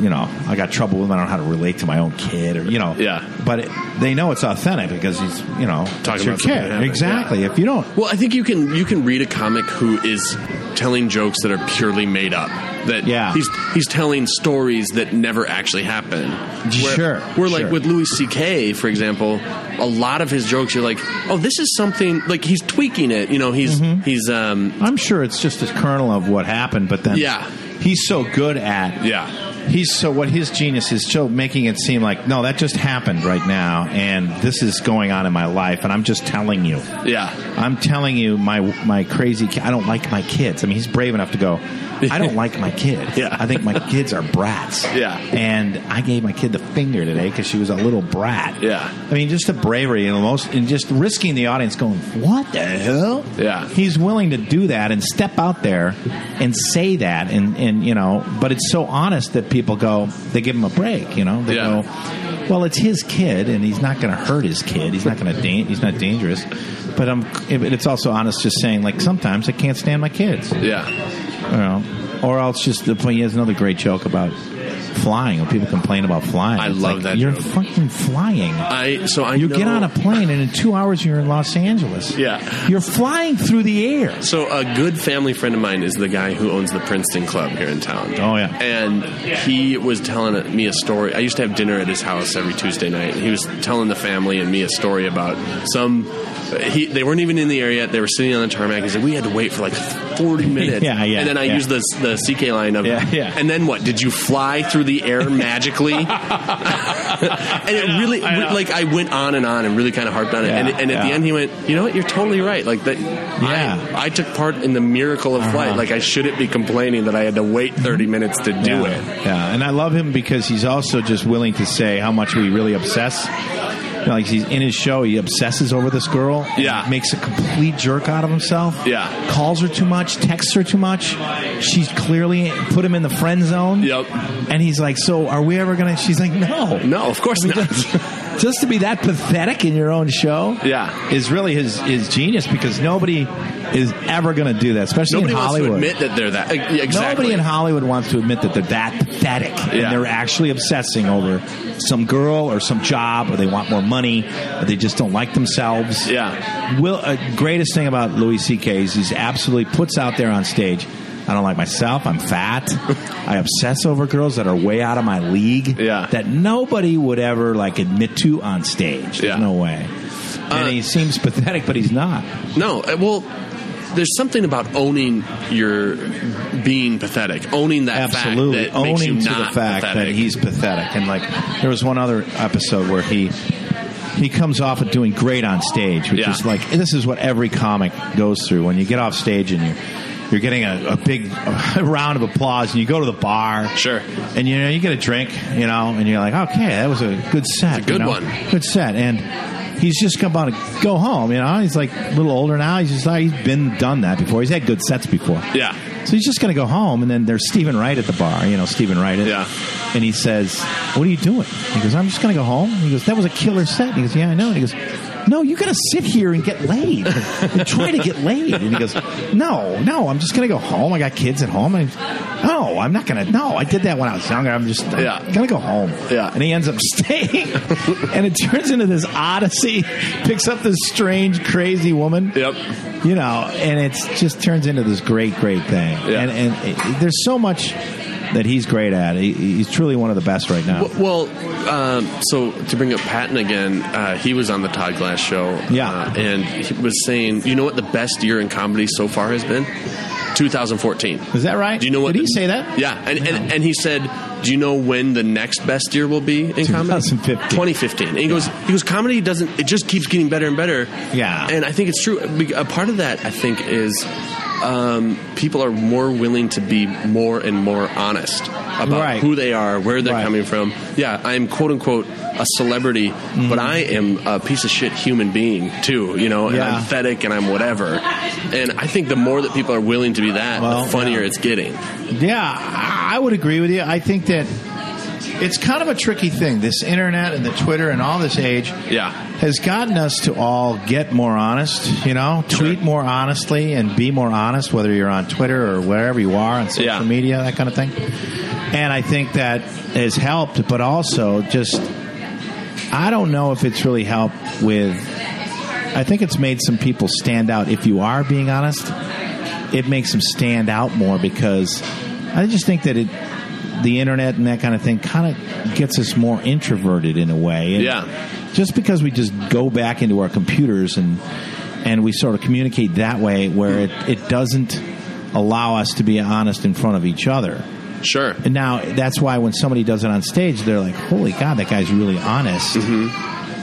Speaker 2: you know i got trouble with him i don't know how to relate to my own kid or you know
Speaker 3: Yeah.
Speaker 2: but it, they know it's authentic because he's you know
Speaker 3: Talking
Speaker 2: it's your
Speaker 3: about something that
Speaker 2: kid
Speaker 3: happened,
Speaker 2: exactly if you don't
Speaker 3: well I think you can you can read a comic who is telling jokes that are purely made up that
Speaker 2: Yeah.
Speaker 3: he's he's telling stories that never actually happen
Speaker 2: Sure,
Speaker 3: we're like
Speaker 2: sure.
Speaker 3: with Louis C.K. for example a lot of his jokes you're like oh this is something like he's tweaking it you know he's
Speaker 2: Mm-hmm.
Speaker 3: he's um
Speaker 2: i'm sure it's just a kernel of what happened but then
Speaker 3: Yeah.
Speaker 2: he's so good at
Speaker 3: yeah
Speaker 2: He's so what his genius is so making it seem like no that just happened right now and this is going on in my life and I'm just telling you.
Speaker 3: yeah
Speaker 2: I'm telling you my my crazy ki- I don't like my kids. I mean he's brave enough to go I don't like my kids.
Speaker 3: Yeah.
Speaker 2: I think my kids are brats.
Speaker 3: Yeah.
Speaker 2: And I gave my kid the finger today cuz she was a little brat.
Speaker 3: Yeah.
Speaker 2: I mean just the bravery and the most and just risking the audience going what the hell?
Speaker 3: Yeah.
Speaker 2: he's willing to do that and step out there and say that and, and you know but it's so honest that people go they give him a break you know they
Speaker 3: Yeah.
Speaker 2: go well it's his kid and he's not going to hurt his kid he's not going to da- he's not dangerous but I'm, it's also honest just saying like sometimes i can't stand my kids
Speaker 3: yeah
Speaker 2: you know, or else just the point. He has another great joke about flying. When people complain about flying,
Speaker 3: I
Speaker 2: It's
Speaker 3: love
Speaker 2: like,
Speaker 3: that
Speaker 2: You're
Speaker 3: joke.
Speaker 2: fucking flying.
Speaker 3: I so I
Speaker 2: you get
Speaker 3: know-
Speaker 2: on a plane, and in two hours you're in Los Angeles.
Speaker 3: Yeah.
Speaker 2: you're flying through the air.
Speaker 3: So a good family friend of mine is the guy who owns the Princeton Club here in town.
Speaker 2: Oh, yeah.
Speaker 3: And he was telling me a story. I used to have dinner at his house every Tuesday night. He was telling the family and me a story about some. He, they weren't even in the area. yet. They were sitting on the tarmac. He said we had to wait for like forty minutes.
Speaker 2: Yeah, yeah,
Speaker 3: And then I
Speaker 2: yeah.
Speaker 3: used the the CK line of
Speaker 2: Yeah, yeah.
Speaker 3: And then what? Did you fly through the air magically? and it really
Speaker 2: I know.
Speaker 3: like I went on and on and really kind of harped on it.
Speaker 2: Yeah,
Speaker 3: and, and at the
Speaker 2: yeah.
Speaker 3: end he went, you know what? You're totally right. Like that.
Speaker 2: Yeah.
Speaker 3: I, I took part in the miracle of
Speaker 2: Uh-huh.
Speaker 3: flight. Like I shouldn't be complaining that I had to wait 30 minutes to do
Speaker 2: yeah.
Speaker 3: it.
Speaker 2: Yeah, and I love him because he's also just willing to say how much we really obsess. You know, like he's in his show, he obsesses over this girl.
Speaker 3: Yeah.
Speaker 2: He makes a complete jerk out of himself.
Speaker 3: Yeah.
Speaker 2: calls her too much, texts her too much. She's clearly put him in the friend zone.
Speaker 3: Yep.
Speaker 2: And he's like, "So are we ever gonna?" She's like, "No,
Speaker 3: No, of course not.
Speaker 2: just to be that pathetic in your own show
Speaker 3: Yeah.
Speaker 2: is really his his genius because nobody is ever going to do that especially
Speaker 3: Nobody
Speaker 2: in
Speaker 3: wants
Speaker 2: Hollywood
Speaker 3: to admit that they're that. Yeah, Exactly.
Speaker 2: Nobody in Hollywood wants to admit that they're that pathetic
Speaker 3: Yeah.
Speaker 2: and they're actually obsessing over some girl or some job or they want more money or they just don't like themselves.
Speaker 3: Yeah.
Speaker 2: Will uh, greatest thing about Louis C.K. is he's absolutely puts out there on stage. I don't like myself. I'm fat. I obsess over girls that are way out of my league.
Speaker 3: Yeah.
Speaker 2: That nobody would ever like admit to on stage. There's
Speaker 3: Yeah.
Speaker 2: no way. And
Speaker 3: Uh,
Speaker 2: he seems pathetic, but he's not.
Speaker 3: No, uh, well, there's something about owning your being pathetic, owning that
Speaker 2: absolutely
Speaker 3: fact that
Speaker 2: owning
Speaker 3: makes you
Speaker 2: to
Speaker 3: not
Speaker 2: the fact
Speaker 3: pathetic.
Speaker 2: that he's pathetic and like there was one other episode where he he comes off of doing great on stage which
Speaker 3: Yeah.
Speaker 2: is like this is what every comic goes through when you get off stage and you you're getting a, a big round of applause, and you go to the bar.
Speaker 3: Sure.
Speaker 2: And you know you get a drink, you know, and you're like, okay, that was a good set,
Speaker 3: It's a
Speaker 2: you
Speaker 3: good
Speaker 2: know?
Speaker 3: one.
Speaker 2: good set, and he's just about to go home. You know, he's like a little older now. He's just like he's been done that before. He's had good sets before.
Speaker 3: Yeah.
Speaker 2: So he's just going to go home, and then there's Stephen Wright at the bar. You know, Stephen Wright. is-
Speaker 3: Yeah.
Speaker 2: And he says, "What are you doing?" He goes, "I'm just going to go home." He goes, "That was a killer set." He goes, "Yeah, I know." He goes, "No, you got to sit here and get laid and try to get laid." And he goes, "No, no, I'm just going to go home. I got kids at home. I, no, I'm not going to. No, I did that when I was younger. I'm just I'm
Speaker 3: Yeah.
Speaker 2: going to go home."
Speaker 3: Yeah.
Speaker 2: And he ends up staying, and it turns into this odyssey. Picks up this strange, crazy woman
Speaker 3: Yep.
Speaker 2: you know, and it's just turns into this great, great thing.
Speaker 3: Yeah.
Speaker 2: And, and it, there's so much that he's great at. He, he's truly one of the best right now.
Speaker 3: Well, well, um, so to bring up Patton again, uh, he was on the Todd Glass show.
Speaker 2: Yeah.
Speaker 3: uh, and he was saying, you know what the best year in comedy so far has been? 2014.
Speaker 2: Is that right?
Speaker 3: Do you know what?
Speaker 2: Did he
Speaker 3: the-
Speaker 2: say that?
Speaker 3: Yeah, and, and, and he said, "Do you know when the next best year will be in comedy?"
Speaker 2: 2015.
Speaker 3: 2015. And he goes, "He goes, comedy doesn't. It just keeps getting better and better."
Speaker 2: Yeah.
Speaker 3: and I think it's true. Be- A part of that, I think, is um, people are more willing to be more and more honest about
Speaker 2: Right.
Speaker 3: who they are, where they're
Speaker 2: Right.
Speaker 3: coming from. Yeah, I'm quote unquote a celebrity,
Speaker 2: Mm-hmm.
Speaker 3: but I am a piece of shit human being too. You know, and
Speaker 2: Yeah.
Speaker 3: I'm pathetic and I'm whatever. And I think the more that people are willing to be that,
Speaker 2: Well,
Speaker 3: the funnier
Speaker 2: yeah.
Speaker 3: it's getting.
Speaker 2: Yeah, I I would agree with you. I think that it's kind of a tricky thing. This internet and the Twitter and all this age
Speaker 3: Yeah.
Speaker 2: has gotten us to all get more honest, you know, tweet more honestly and be more honest, whether you're on Twitter or wherever you are on social
Speaker 3: Yeah.
Speaker 2: media, that kind of thing. And I think that has helped, but also just, I don't know if it's really helped with, I think it's made some people stand out. If you are being honest, it makes them stand out more because I just think that it, the internet and that kind of thing kind of gets us more introverted in a way. And
Speaker 3: Yeah.
Speaker 2: Just because we just go back into our computers and and we sort of communicate that way, where it, it doesn't allow us to be honest in front of each other.
Speaker 3: Sure.
Speaker 2: And now that's why when somebody does it on stage, they're like, "Holy God, that guy's really honest."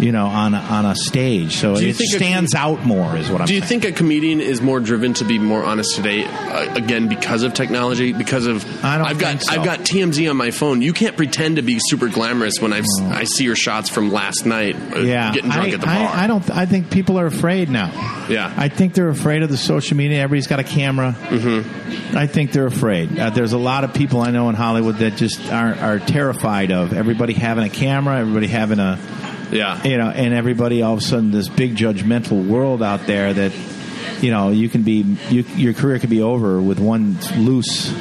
Speaker 2: You know, on a, on a stage, so
Speaker 3: Mm-hmm. Do you
Speaker 2: it
Speaker 3: think a-
Speaker 2: stands out more. Is what I'm
Speaker 3: Do you
Speaker 2: saying.
Speaker 3: think a comedian is more driven to be more honest today, uh, again because of technology? Because of
Speaker 2: I don't
Speaker 3: have got
Speaker 2: think so.
Speaker 3: I've got TMZ on my phone. You can't pretend to be super glamorous when I've, I see your shots from last night. uh,
Speaker 2: Mm. yeah,
Speaker 3: getting drunk
Speaker 2: I,
Speaker 3: at the
Speaker 2: I-
Speaker 3: bar.
Speaker 2: I, don't. I think people are afraid now.
Speaker 3: Yeah.
Speaker 2: I think they're afraid of the social media. Everybody's got a camera. Mm-hmm. I think they're afraid. Uh, there's a lot of people I know in Hollywood that just are are terrified of everybody having a camera, everybody having a,
Speaker 3: yeah,
Speaker 2: you know, and everybody all of a sudden this big judgmental world out there that, you know, you can be you, your career could be over with one loose.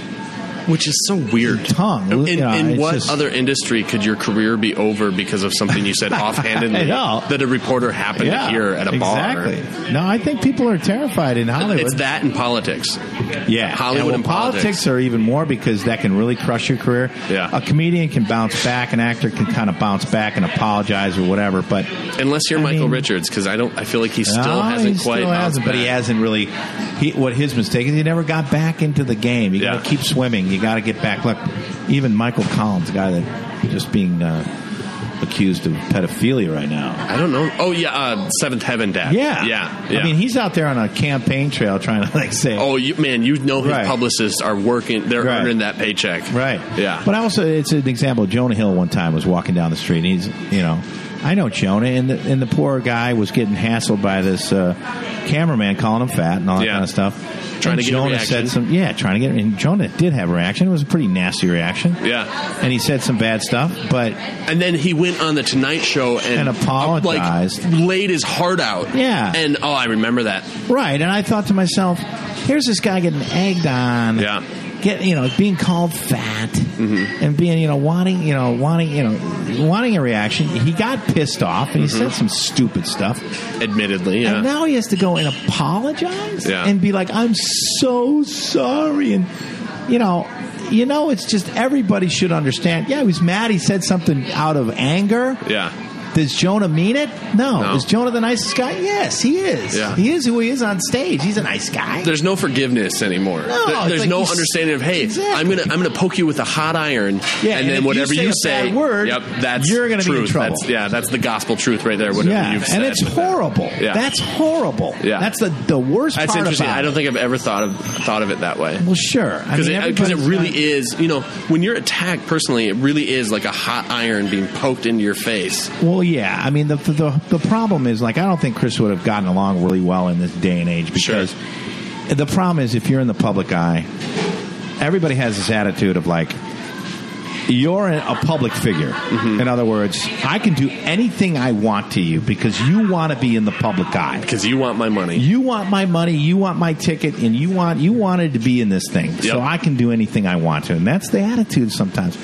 Speaker 3: which is so weird.
Speaker 2: Tongue,
Speaker 3: In,
Speaker 2: you know,
Speaker 3: in
Speaker 2: it's
Speaker 3: what
Speaker 2: just-
Speaker 3: other industry could your career be over because of something you said
Speaker 2: I
Speaker 3: offhandedly
Speaker 2: know.
Speaker 3: that a reporter happened
Speaker 2: yeah,
Speaker 3: to hear at a
Speaker 2: exactly.
Speaker 3: bar?
Speaker 2: No, I think people are terrified in Hollywood.
Speaker 3: It's that in politics.
Speaker 2: Yeah,
Speaker 3: Hollywood
Speaker 2: well,
Speaker 3: and politics.
Speaker 2: are even more because that can really crush your career.
Speaker 3: Yeah.
Speaker 2: a comedian can bounce back, an actor can kind of bounce back and apologize or whatever. But
Speaker 3: Unless you're
Speaker 2: I
Speaker 3: Michael
Speaker 2: mean-
Speaker 3: Richards, because I don't. I feel like he still
Speaker 2: No,
Speaker 3: hasn't
Speaker 2: he
Speaker 3: quite.
Speaker 2: still
Speaker 3: bounced
Speaker 2: hasn't, but he
Speaker 3: back.
Speaker 2: hasn't really. He, what his mistake is, he never got back into the game. You
Speaker 3: Yeah.
Speaker 2: got to keep swimming. You got to get back. Look, even Michael Collins, a guy that just being uh, accused of pedophilia right now.
Speaker 3: I don't know. Oh yeah, uh, Seventh Heaven Dad.
Speaker 2: Yeah,
Speaker 3: yeah, yeah.
Speaker 2: I mean, he's out there on a campaign trail trying to like say,
Speaker 3: oh you, man, you know his
Speaker 2: Right.
Speaker 3: publicists are working. They're
Speaker 2: Right.
Speaker 3: earning that paycheck.
Speaker 2: Right.
Speaker 3: Yeah.
Speaker 2: But I also, it's an example. Jonah Hill one time was walking down the street, and he's, you know, I know Jonah, and the, and the poor guy was getting hassled by this uh, cameraman calling him fat and all that
Speaker 3: Yeah.
Speaker 2: kind of stuff.
Speaker 3: Trying
Speaker 2: And
Speaker 3: to get a
Speaker 2: Jonah
Speaker 3: reaction.
Speaker 2: said some, yeah, trying to get. And Jonah did have a reaction. It was a pretty nasty reaction.
Speaker 3: Yeah.
Speaker 2: And he said some bad stuff, but
Speaker 3: and then he went on the Tonight Show
Speaker 2: And
Speaker 3: and,
Speaker 2: apologized.
Speaker 3: like, laid his heart out.
Speaker 2: Yeah.
Speaker 3: And oh, I remember that.
Speaker 2: Right, and I thought to myself, here's this guy getting egged on.
Speaker 3: Yeah. Mm-hmm.
Speaker 2: Get you know being called fat and being you know wanting you know wanting you know wanting a reaction. He got pissed off and he said some stupid stuff,
Speaker 3: Admittedly, Mm-hmm. yeah.
Speaker 2: and now he has to go and apologize
Speaker 3: Yeah.
Speaker 2: and be like, "I'm so sorry," and you know. You know, it's just everybody should understand. Yeah, he was mad. He said something out of anger.
Speaker 3: yeah.
Speaker 2: Does Jonah mean it? No.
Speaker 3: No.
Speaker 2: Is Jonah the nicest guy? Yes, he is.
Speaker 3: Yeah.
Speaker 2: He is who he is on stage. He's a nice guy.
Speaker 3: There's no forgiveness anymore.
Speaker 2: No,
Speaker 3: There-
Speaker 2: it's
Speaker 3: there's
Speaker 2: like
Speaker 3: no
Speaker 2: you s-
Speaker 3: understanding of hey,
Speaker 2: Exactly.
Speaker 3: I'm gonna I'm gonna poke you with a hot iron,
Speaker 2: Yeah,
Speaker 3: and,
Speaker 2: and
Speaker 3: then
Speaker 2: if you
Speaker 3: whatever
Speaker 2: say
Speaker 3: you
Speaker 2: a
Speaker 3: say,
Speaker 2: bad word,
Speaker 3: yep, that's
Speaker 2: you're gonna be in
Speaker 3: truth.
Speaker 2: trouble.
Speaker 3: That's, yeah, that's the gospel truth right there. Whatever
Speaker 2: yeah,
Speaker 3: you've said,
Speaker 2: and it's horrible.
Speaker 3: Yeah.
Speaker 2: That's horrible.
Speaker 3: Yeah.
Speaker 2: that's the the worst
Speaker 3: that's
Speaker 2: part
Speaker 3: interesting.
Speaker 2: about
Speaker 3: I don't
Speaker 2: it.
Speaker 3: think I've ever thought of thought of it that way.
Speaker 2: Well, sure, I
Speaker 3: because
Speaker 2: mean,
Speaker 3: it, 'cause it
Speaker 2: everybody's
Speaker 3: really
Speaker 2: got-
Speaker 3: is you know when you're attacked personally it really is like a hot iron being poked into your face
Speaker 2: Well, yeah. I mean, the, the the problem is like I don't think Chris would have gotten along really well in this day and age
Speaker 3: Sure.
Speaker 2: because the problem is if you're in the public eye, everybody has this attitude of like you're a public figure. In other words, I can do anything I want to you because you want to be in the public eye.
Speaker 3: because you want my money
Speaker 2: You want my money, you want my ticket, and you want you wanted to be in this thing. So I can do anything I want to. And that's the attitude sometimes.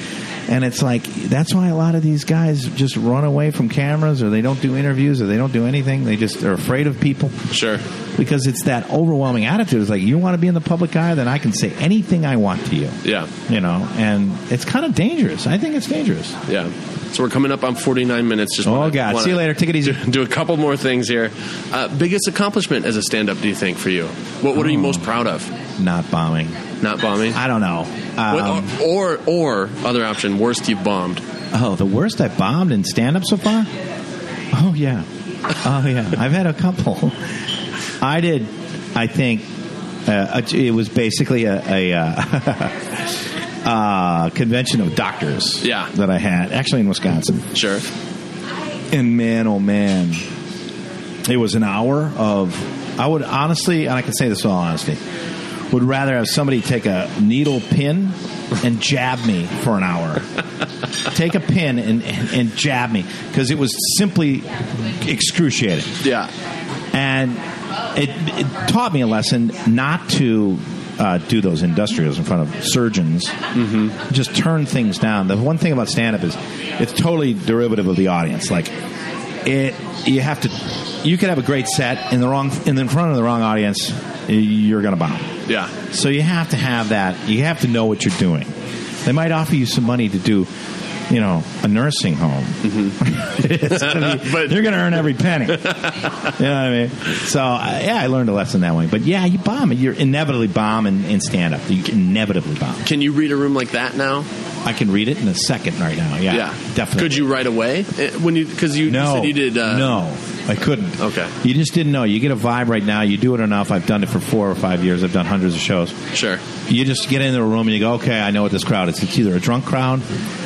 Speaker 2: And it's like that's why a lot of these guys just run away from cameras or they don't do interviews or they don't do anything. They just are afraid of people
Speaker 3: sure
Speaker 2: because it's that overwhelming attitude. It's like you want to be in the public eye, then I can say anything I want to you.
Speaker 3: yeah
Speaker 2: You know, and it's kind of dangerous. I think it's dangerous.
Speaker 3: yeah so we're coming up on 49 minutes just
Speaker 2: Oh
Speaker 3: wanna-
Speaker 2: god.
Speaker 3: wanna
Speaker 2: See you later. Take it easy.
Speaker 3: do a couple more things here uh, biggest accomplishment as a stand-up do you think for you what, what are you
Speaker 2: Hmm.
Speaker 3: most proud of
Speaker 2: Not bombing.
Speaker 3: not bombing
Speaker 2: I don't know.
Speaker 3: What- uh,
Speaker 2: Um,
Speaker 3: or, or or other option worst you've bombed
Speaker 2: Oh, the worst I bombed in stand up so far? Oh, yeah. Oh, yeah. I've had a couple. I did, I think, uh, it was basically a, a uh, uh, convention of doctors
Speaker 3: Yeah.
Speaker 2: that I had, actually in Wisconsin.
Speaker 3: sure
Speaker 2: And man, oh man, it was an hour of. I would honestly, and I can say this in all honesty, would rather have somebody take a needle pin and jab me for an hour. take a pin and, and, and jab me because it was simply excruciating
Speaker 3: yeah
Speaker 2: and it, it taught me a lesson not to uh, do those industrials in front of surgeons. Mm-hmm. Just turn things down. The one thing about stand up is it's totally derivative of the audience. Like it, you have to. You could have a great set in the wrong in the front of the wrong audience. You're going to bomb.
Speaker 3: yeah
Speaker 2: So you have to have that. You have to know what you're doing. They might offer you some money to do, you know, a nursing home. It's gonna be-
Speaker 3: Mm-hmm. But-
Speaker 2: you're going to earn every penny. you know what I mean? So uh, yeah, I learned a lesson that way. But yeah, you bomb. You're inevitably bomb in, in stand up. You inevitably bomb.
Speaker 3: can you read a room like that now
Speaker 2: I can read it in a second right now. Yeah, definitely.
Speaker 3: could you right away Eh, when you because you, you
Speaker 2: No,
Speaker 3: said you did uh,
Speaker 2: no, I couldn't.
Speaker 3: Okay.
Speaker 2: you just didn't know. You get a vibe right now. You do it enough. I've done it for four or five years. I've done hundreds of shows.
Speaker 3: Sure.
Speaker 2: you just get into a room and you go, okay, I know what this crowd is. It's either a drunk crowd,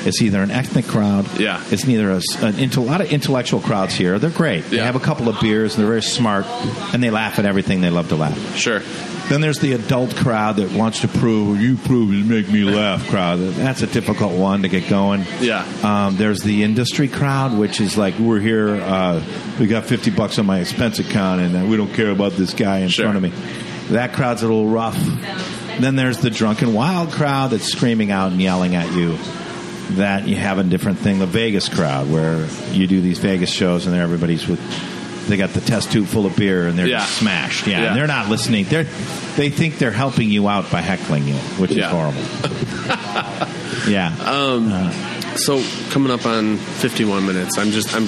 Speaker 2: it's either an ethnic crowd,
Speaker 3: Yeah.
Speaker 2: it's neither a, s- an intel, a lot of intellectual crowds here. They're great. They
Speaker 3: Yeah.
Speaker 2: have a couple of beers and they're very smart and they laugh at everything. They love to laugh.
Speaker 3: Sure.
Speaker 2: Then there's the adult crowd that wants to prove you prove you make me laugh crowd. That's a difficult one to get going.
Speaker 3: Yeah.
Speaker 2: Um, there's the industry crowd, which is like we're here, uh, we got 50 bucks on my expense account, and uh, we don't care about this guy in
Speaker 3: Sure.
Speaker 2: front of me. That crowd's a little rough. Then there's the drunken wild crowd that's screaming out and yelling at you. That you have a different thing. The Vegas crowd, where you do these Vegas shows, and everybody's with. They got the test tube full of beer, and they're
Speaker 3: Yeah.
Speaker 2: just smashed. Yeah, and
Speaker 3: Yeah.
Speaker 2: they're not listening. They're they think they're helping you out by heckling you, which
Speaker 3: Yeah. Um,
Speaker 2: is horrible. yeah.
Speaker 3: So coming up on 51 minutes, I'm just I'm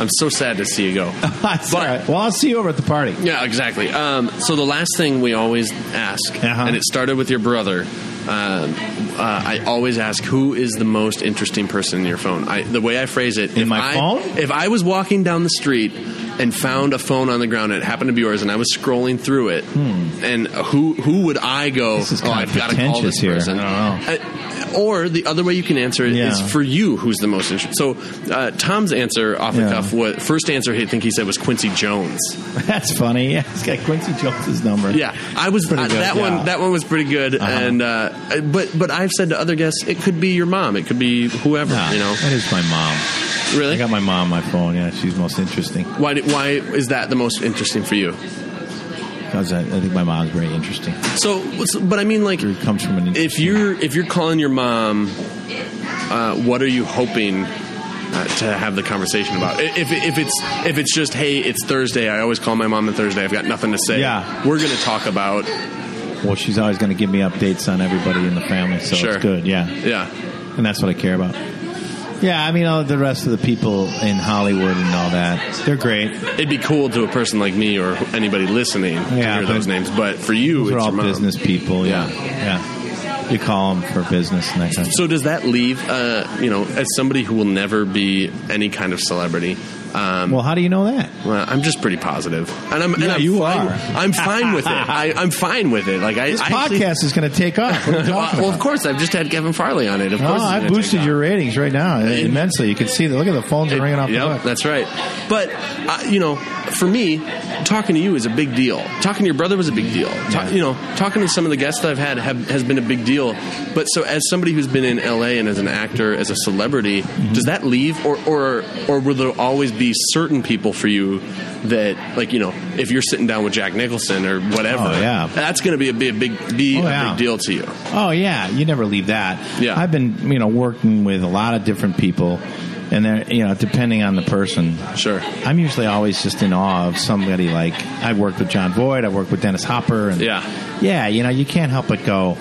Speaker 3: I'm so sad to see you go.
Speaker 2: That's all right. Well, I'll see you over at the party.
Speaker 3: yeah, exactly. Um, so the last thing we always ask,
Speaker 2: Uh-huh.
Speaker 3: and it started with your brother. Um, uh, I always ask who is the most interesting person in your phone. I, the way I phrase it,
Speaker 2: In
Speaker 3: if
Speaker 2: my
Speaker 3: I-
Speaker 2: phone?
Speaker 3: If I was walking down the street and found a phone on the ground, and it happened to be yours, and I was scrolling through it, and who who would I go?
Speaker 2: Hmm. This is
Speaker 3: oh,
Speaker 2: kinda
Speaker 3: I've got to call
Speaker 2: pretentious
Speaker 3: this
Speaker 2: here.
Speaker 3: person.
Speaker 2: I don't know.
Speaker 3: Uh, or the other way you can answer it is
Speaker 2: Yeah.
Speaker 3: for you who's the most interested. So uh, Tom's answer off the
Speaker 2: Yeah.
Speaker 3: cuff, what first answer he I think he said was Quincy Jones.
Speaker 2: That's funny. Yeah, it's got Quincy Jones's number.
Speaker 3: Yeah, I was
Speaker 2: Pretty
Speaker 3: I-
Speaker 2: good,
Speaker 3: that
Speaker 2: yeah. Uh-huh.
Speaker 3: one. That one was pretty good. And uh, but but I've said to other guests, it could be your mom, it could be whoever.
Speaker 2: Nah,
Speaker 3: You know,
Speaker 2: that is my mom. I
Speaker 3: really.
Speaker 2: got my mom on my phone. Yeah, she's most interesting
Speaker 3: Why, did- why is that the most interesting for you?
Speaker 2: because I, I think my mom's very interesting.
Speaker 3: So, what's- but I mean, like,
Speaker 2: It comes from an
Speaker 3: if
Speaker 2: interesting-
Speaker 3: you're if you're calling your mom, uh, what are you hoping uh, to have the conversation about? I- If if it's if it's just hey, it's Thursday. I always call my mom on Thursday. I've got nothing to say.
Speaker 2: Yeah.
Speaker 3: we're gonna talk about
Speaker 2: well, she's always going to give me updates on everybody in the family, so
Speaker 3: Sure.
Speaker 2: it's good. Yeah,
Speaker 3: yeah.
Speaker 2: and that's what I care about. Yeah, I mean, all the rest of the people in Hollywood and all that, they're great.
Speaker 3: It'd be cool to a person like me or anybody listening
Speaker 2: Yeah,
Speaker 3: to hear
Speaker 2: but
Speaker 3: those names, but for you,
Speaker 2: Those
Speaker 3: it's
Speaker 2: are all
Speaker 3: your mom.
Speaker 2: business people. Yeah.
Speaker 3: Yeah.
Speaker 2: Yeah. You call them for business and that kind of
Speaker 3: So does that leave, uh, you know, as somebody who will never be any kind of celebrity? Um,
Speaker 2: Well, how do you know that?
Speaker 3: well, I'm just pretty positive, and I'm and
Speaker 2: Yeah,
Speaker 3: I'm
Speaker 2: you
Speaker 3: fine-
Speaker 2: are.
Speaker 3: I'm fine with it. I, I'm fine with it. Like I,
Speaker 2: This
Speaker 3: I actually-
Speaker 2: podcast is going to take off. What are you
Speaker 3: well,
Speaker 2: talking
Speaker 3: well, of
Speaker 2: about?
Speaker 3: course, I've just had Kevin Farley on it. Of course,
Speaker 2: Oh,
Speaker 3: it's
Speaker 2: I
Speaker 3: gonna take
Speaker 2: boosted
Speaker 3: off.
Speaker 2: your ratings right now immensely. You can see that. Look at the phones are ringing off
Speaker 3: Yep,
Speaker 2: the hook.
Speaker 3: that's right. But uh, you know, for me, talking to you is a big deal. Talking to your brother was a big deal. Ta-
Speaker 2: Yeah.
Speaker 3: You know, talking to some of the guests that I've had have, has been a big deal. But so, as somebody who's been in LA and as an actor, as a celebrity,
Speaker 2: Mm-hmm.
Speaker 3: does that leave, or or or will there always be certain people for you that, like, you know, if you're sitting down with Jack Nicholson or whatever,
Speaker 2: Oh, yeah.
Speaker 3: that's going to be a, be a big be
Speaker 2: Oh,
Speaker 3: a
Speaker 2: yeah.
Speaker 3: big deal to you.
Speaker 2: Oh yeah, you never leave that.
Speaker 3: Yeah.
Speaker 2: I've been you know working with a lot of different people, and they're you know depending on the person.
Speaker 3: Sure.
Speaker 2: I'm usually always just in awe of somebody. Like I've worked with John Boyd, I've worked with Dennis Hopper, and
Speaker 3: Yeah.
Speaker 2: yeah, you know you can't help but go.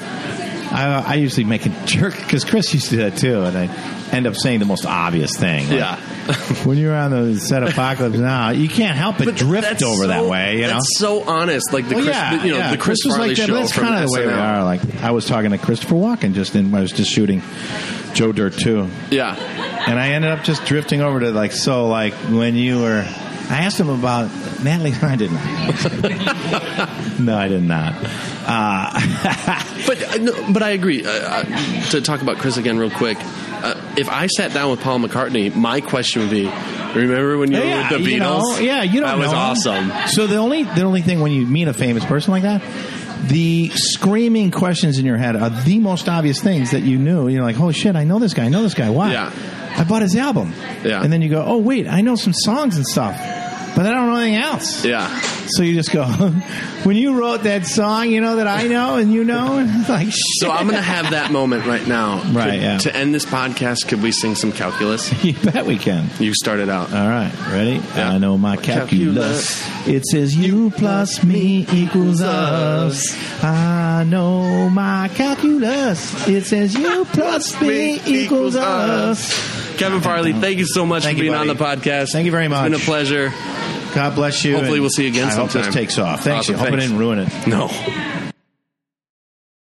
Speaker 2: I, I usually make a jerk because Chris used to do that too, and I end up saying the most obvious thing. Like,
Speaker 3: Yeah.
Speaker 2: when you're on the set of Apocalypse Now, you can't help but, drift
Speaker 3: that's
Speaker 2: over
Speaker 3: so-
Speaker 2: that way. You know,
Speaker 3: that's so honest. Like the
Speaker 2: Well,
Speaker 3: Chris,
Speaker 2: yeah,
Speaker 3: the, you know,
Speaker 2: yeah.
Speaker 3: the Chris,
Speaker 2: was
Speaker 3: Farley
Speaker 2: like that.
Speaker 3: show
Speaker 2: That's
Speaker 3: from
Speaker 2: kind of the way we
Speaker 3: SNL.
Speaker 2: are. Like I was talking to Christopher Walken just in. I was just shooting Joe Dirt too,
Speaker 3: Yeah,
Speaker 2: and I ended up just drifting over to like so. Like when you were, I asked him about Natalie. I did not. no, I did not. Uh,
Speaker 3: but uh, no, but I agree. Uh, Uh, to talk about Chris again, real quick. Uh, if I sat down with Paul McCartney, my question would be: Remember when you
Speaker 2: yeah,
Speaker 3: were with the Beatles?
Speaker 2: you know, yeah, you don't
Speaker 3: That was
Speaker 2: know him.
Speaker 3: awesome.
Speaker 2: So the only the only thing when you meet a famous person like that. The screaming questions in your head are the most obvious things that you knew. You're like, "Oh shit, I know this guy. I know this guy. Why?
Speaker 3: Yeah.
Speaker 2: I bought his album."
Speaker 3: Yeah.
Speaker 2: And then you go, "Oh wait, I know some songs and stuff, but I don't know anything else."
Speaker 3: Yeah,
Speaker 2: So you just go, "When you wrote that song, you know that I know and you know." And it's like, shit.
Speaker 3: so I'm gonna have that moment right now.
Speaker 2: Right,
Speaker 3: Could-
Speaker 2: yeah.
Speaker 3: To end this podcast, could we sing some calculus?
Speaker 2: you bet we can.
Speaker 3: You started out.
Speaker 2: All right, ready?
Speaker 3: Yeah.
Speaker 2: I know my calculus. It says u plus me equals us. I know my calculus. It says u plus me equals us.
Speaker 3: Kevin Farley, thank you so much
Speaker 2: Thank
Speaker 3: for
Speaker 2: you,
Speaker 3: being on the
Speaker 2: buddy.
Speaker 3: podcast.
Speaker 2: Thank you very much.
Speaker 3: It's been a pleasure.
Speaker 2: God bless you.
Speaker 3: Hopefully
Speaker 2: and
Speaker 3: we'll see you again
Speaker 2: I hope
Speaker 3: sometime.
Speaker 2: this takes off. Thanks.
Speaker 3: Awesome,
Speaker 2: you. Hope
Speaker 3: thanks.
Speaker 2: I didn't ruin it.
Speaker 3: No.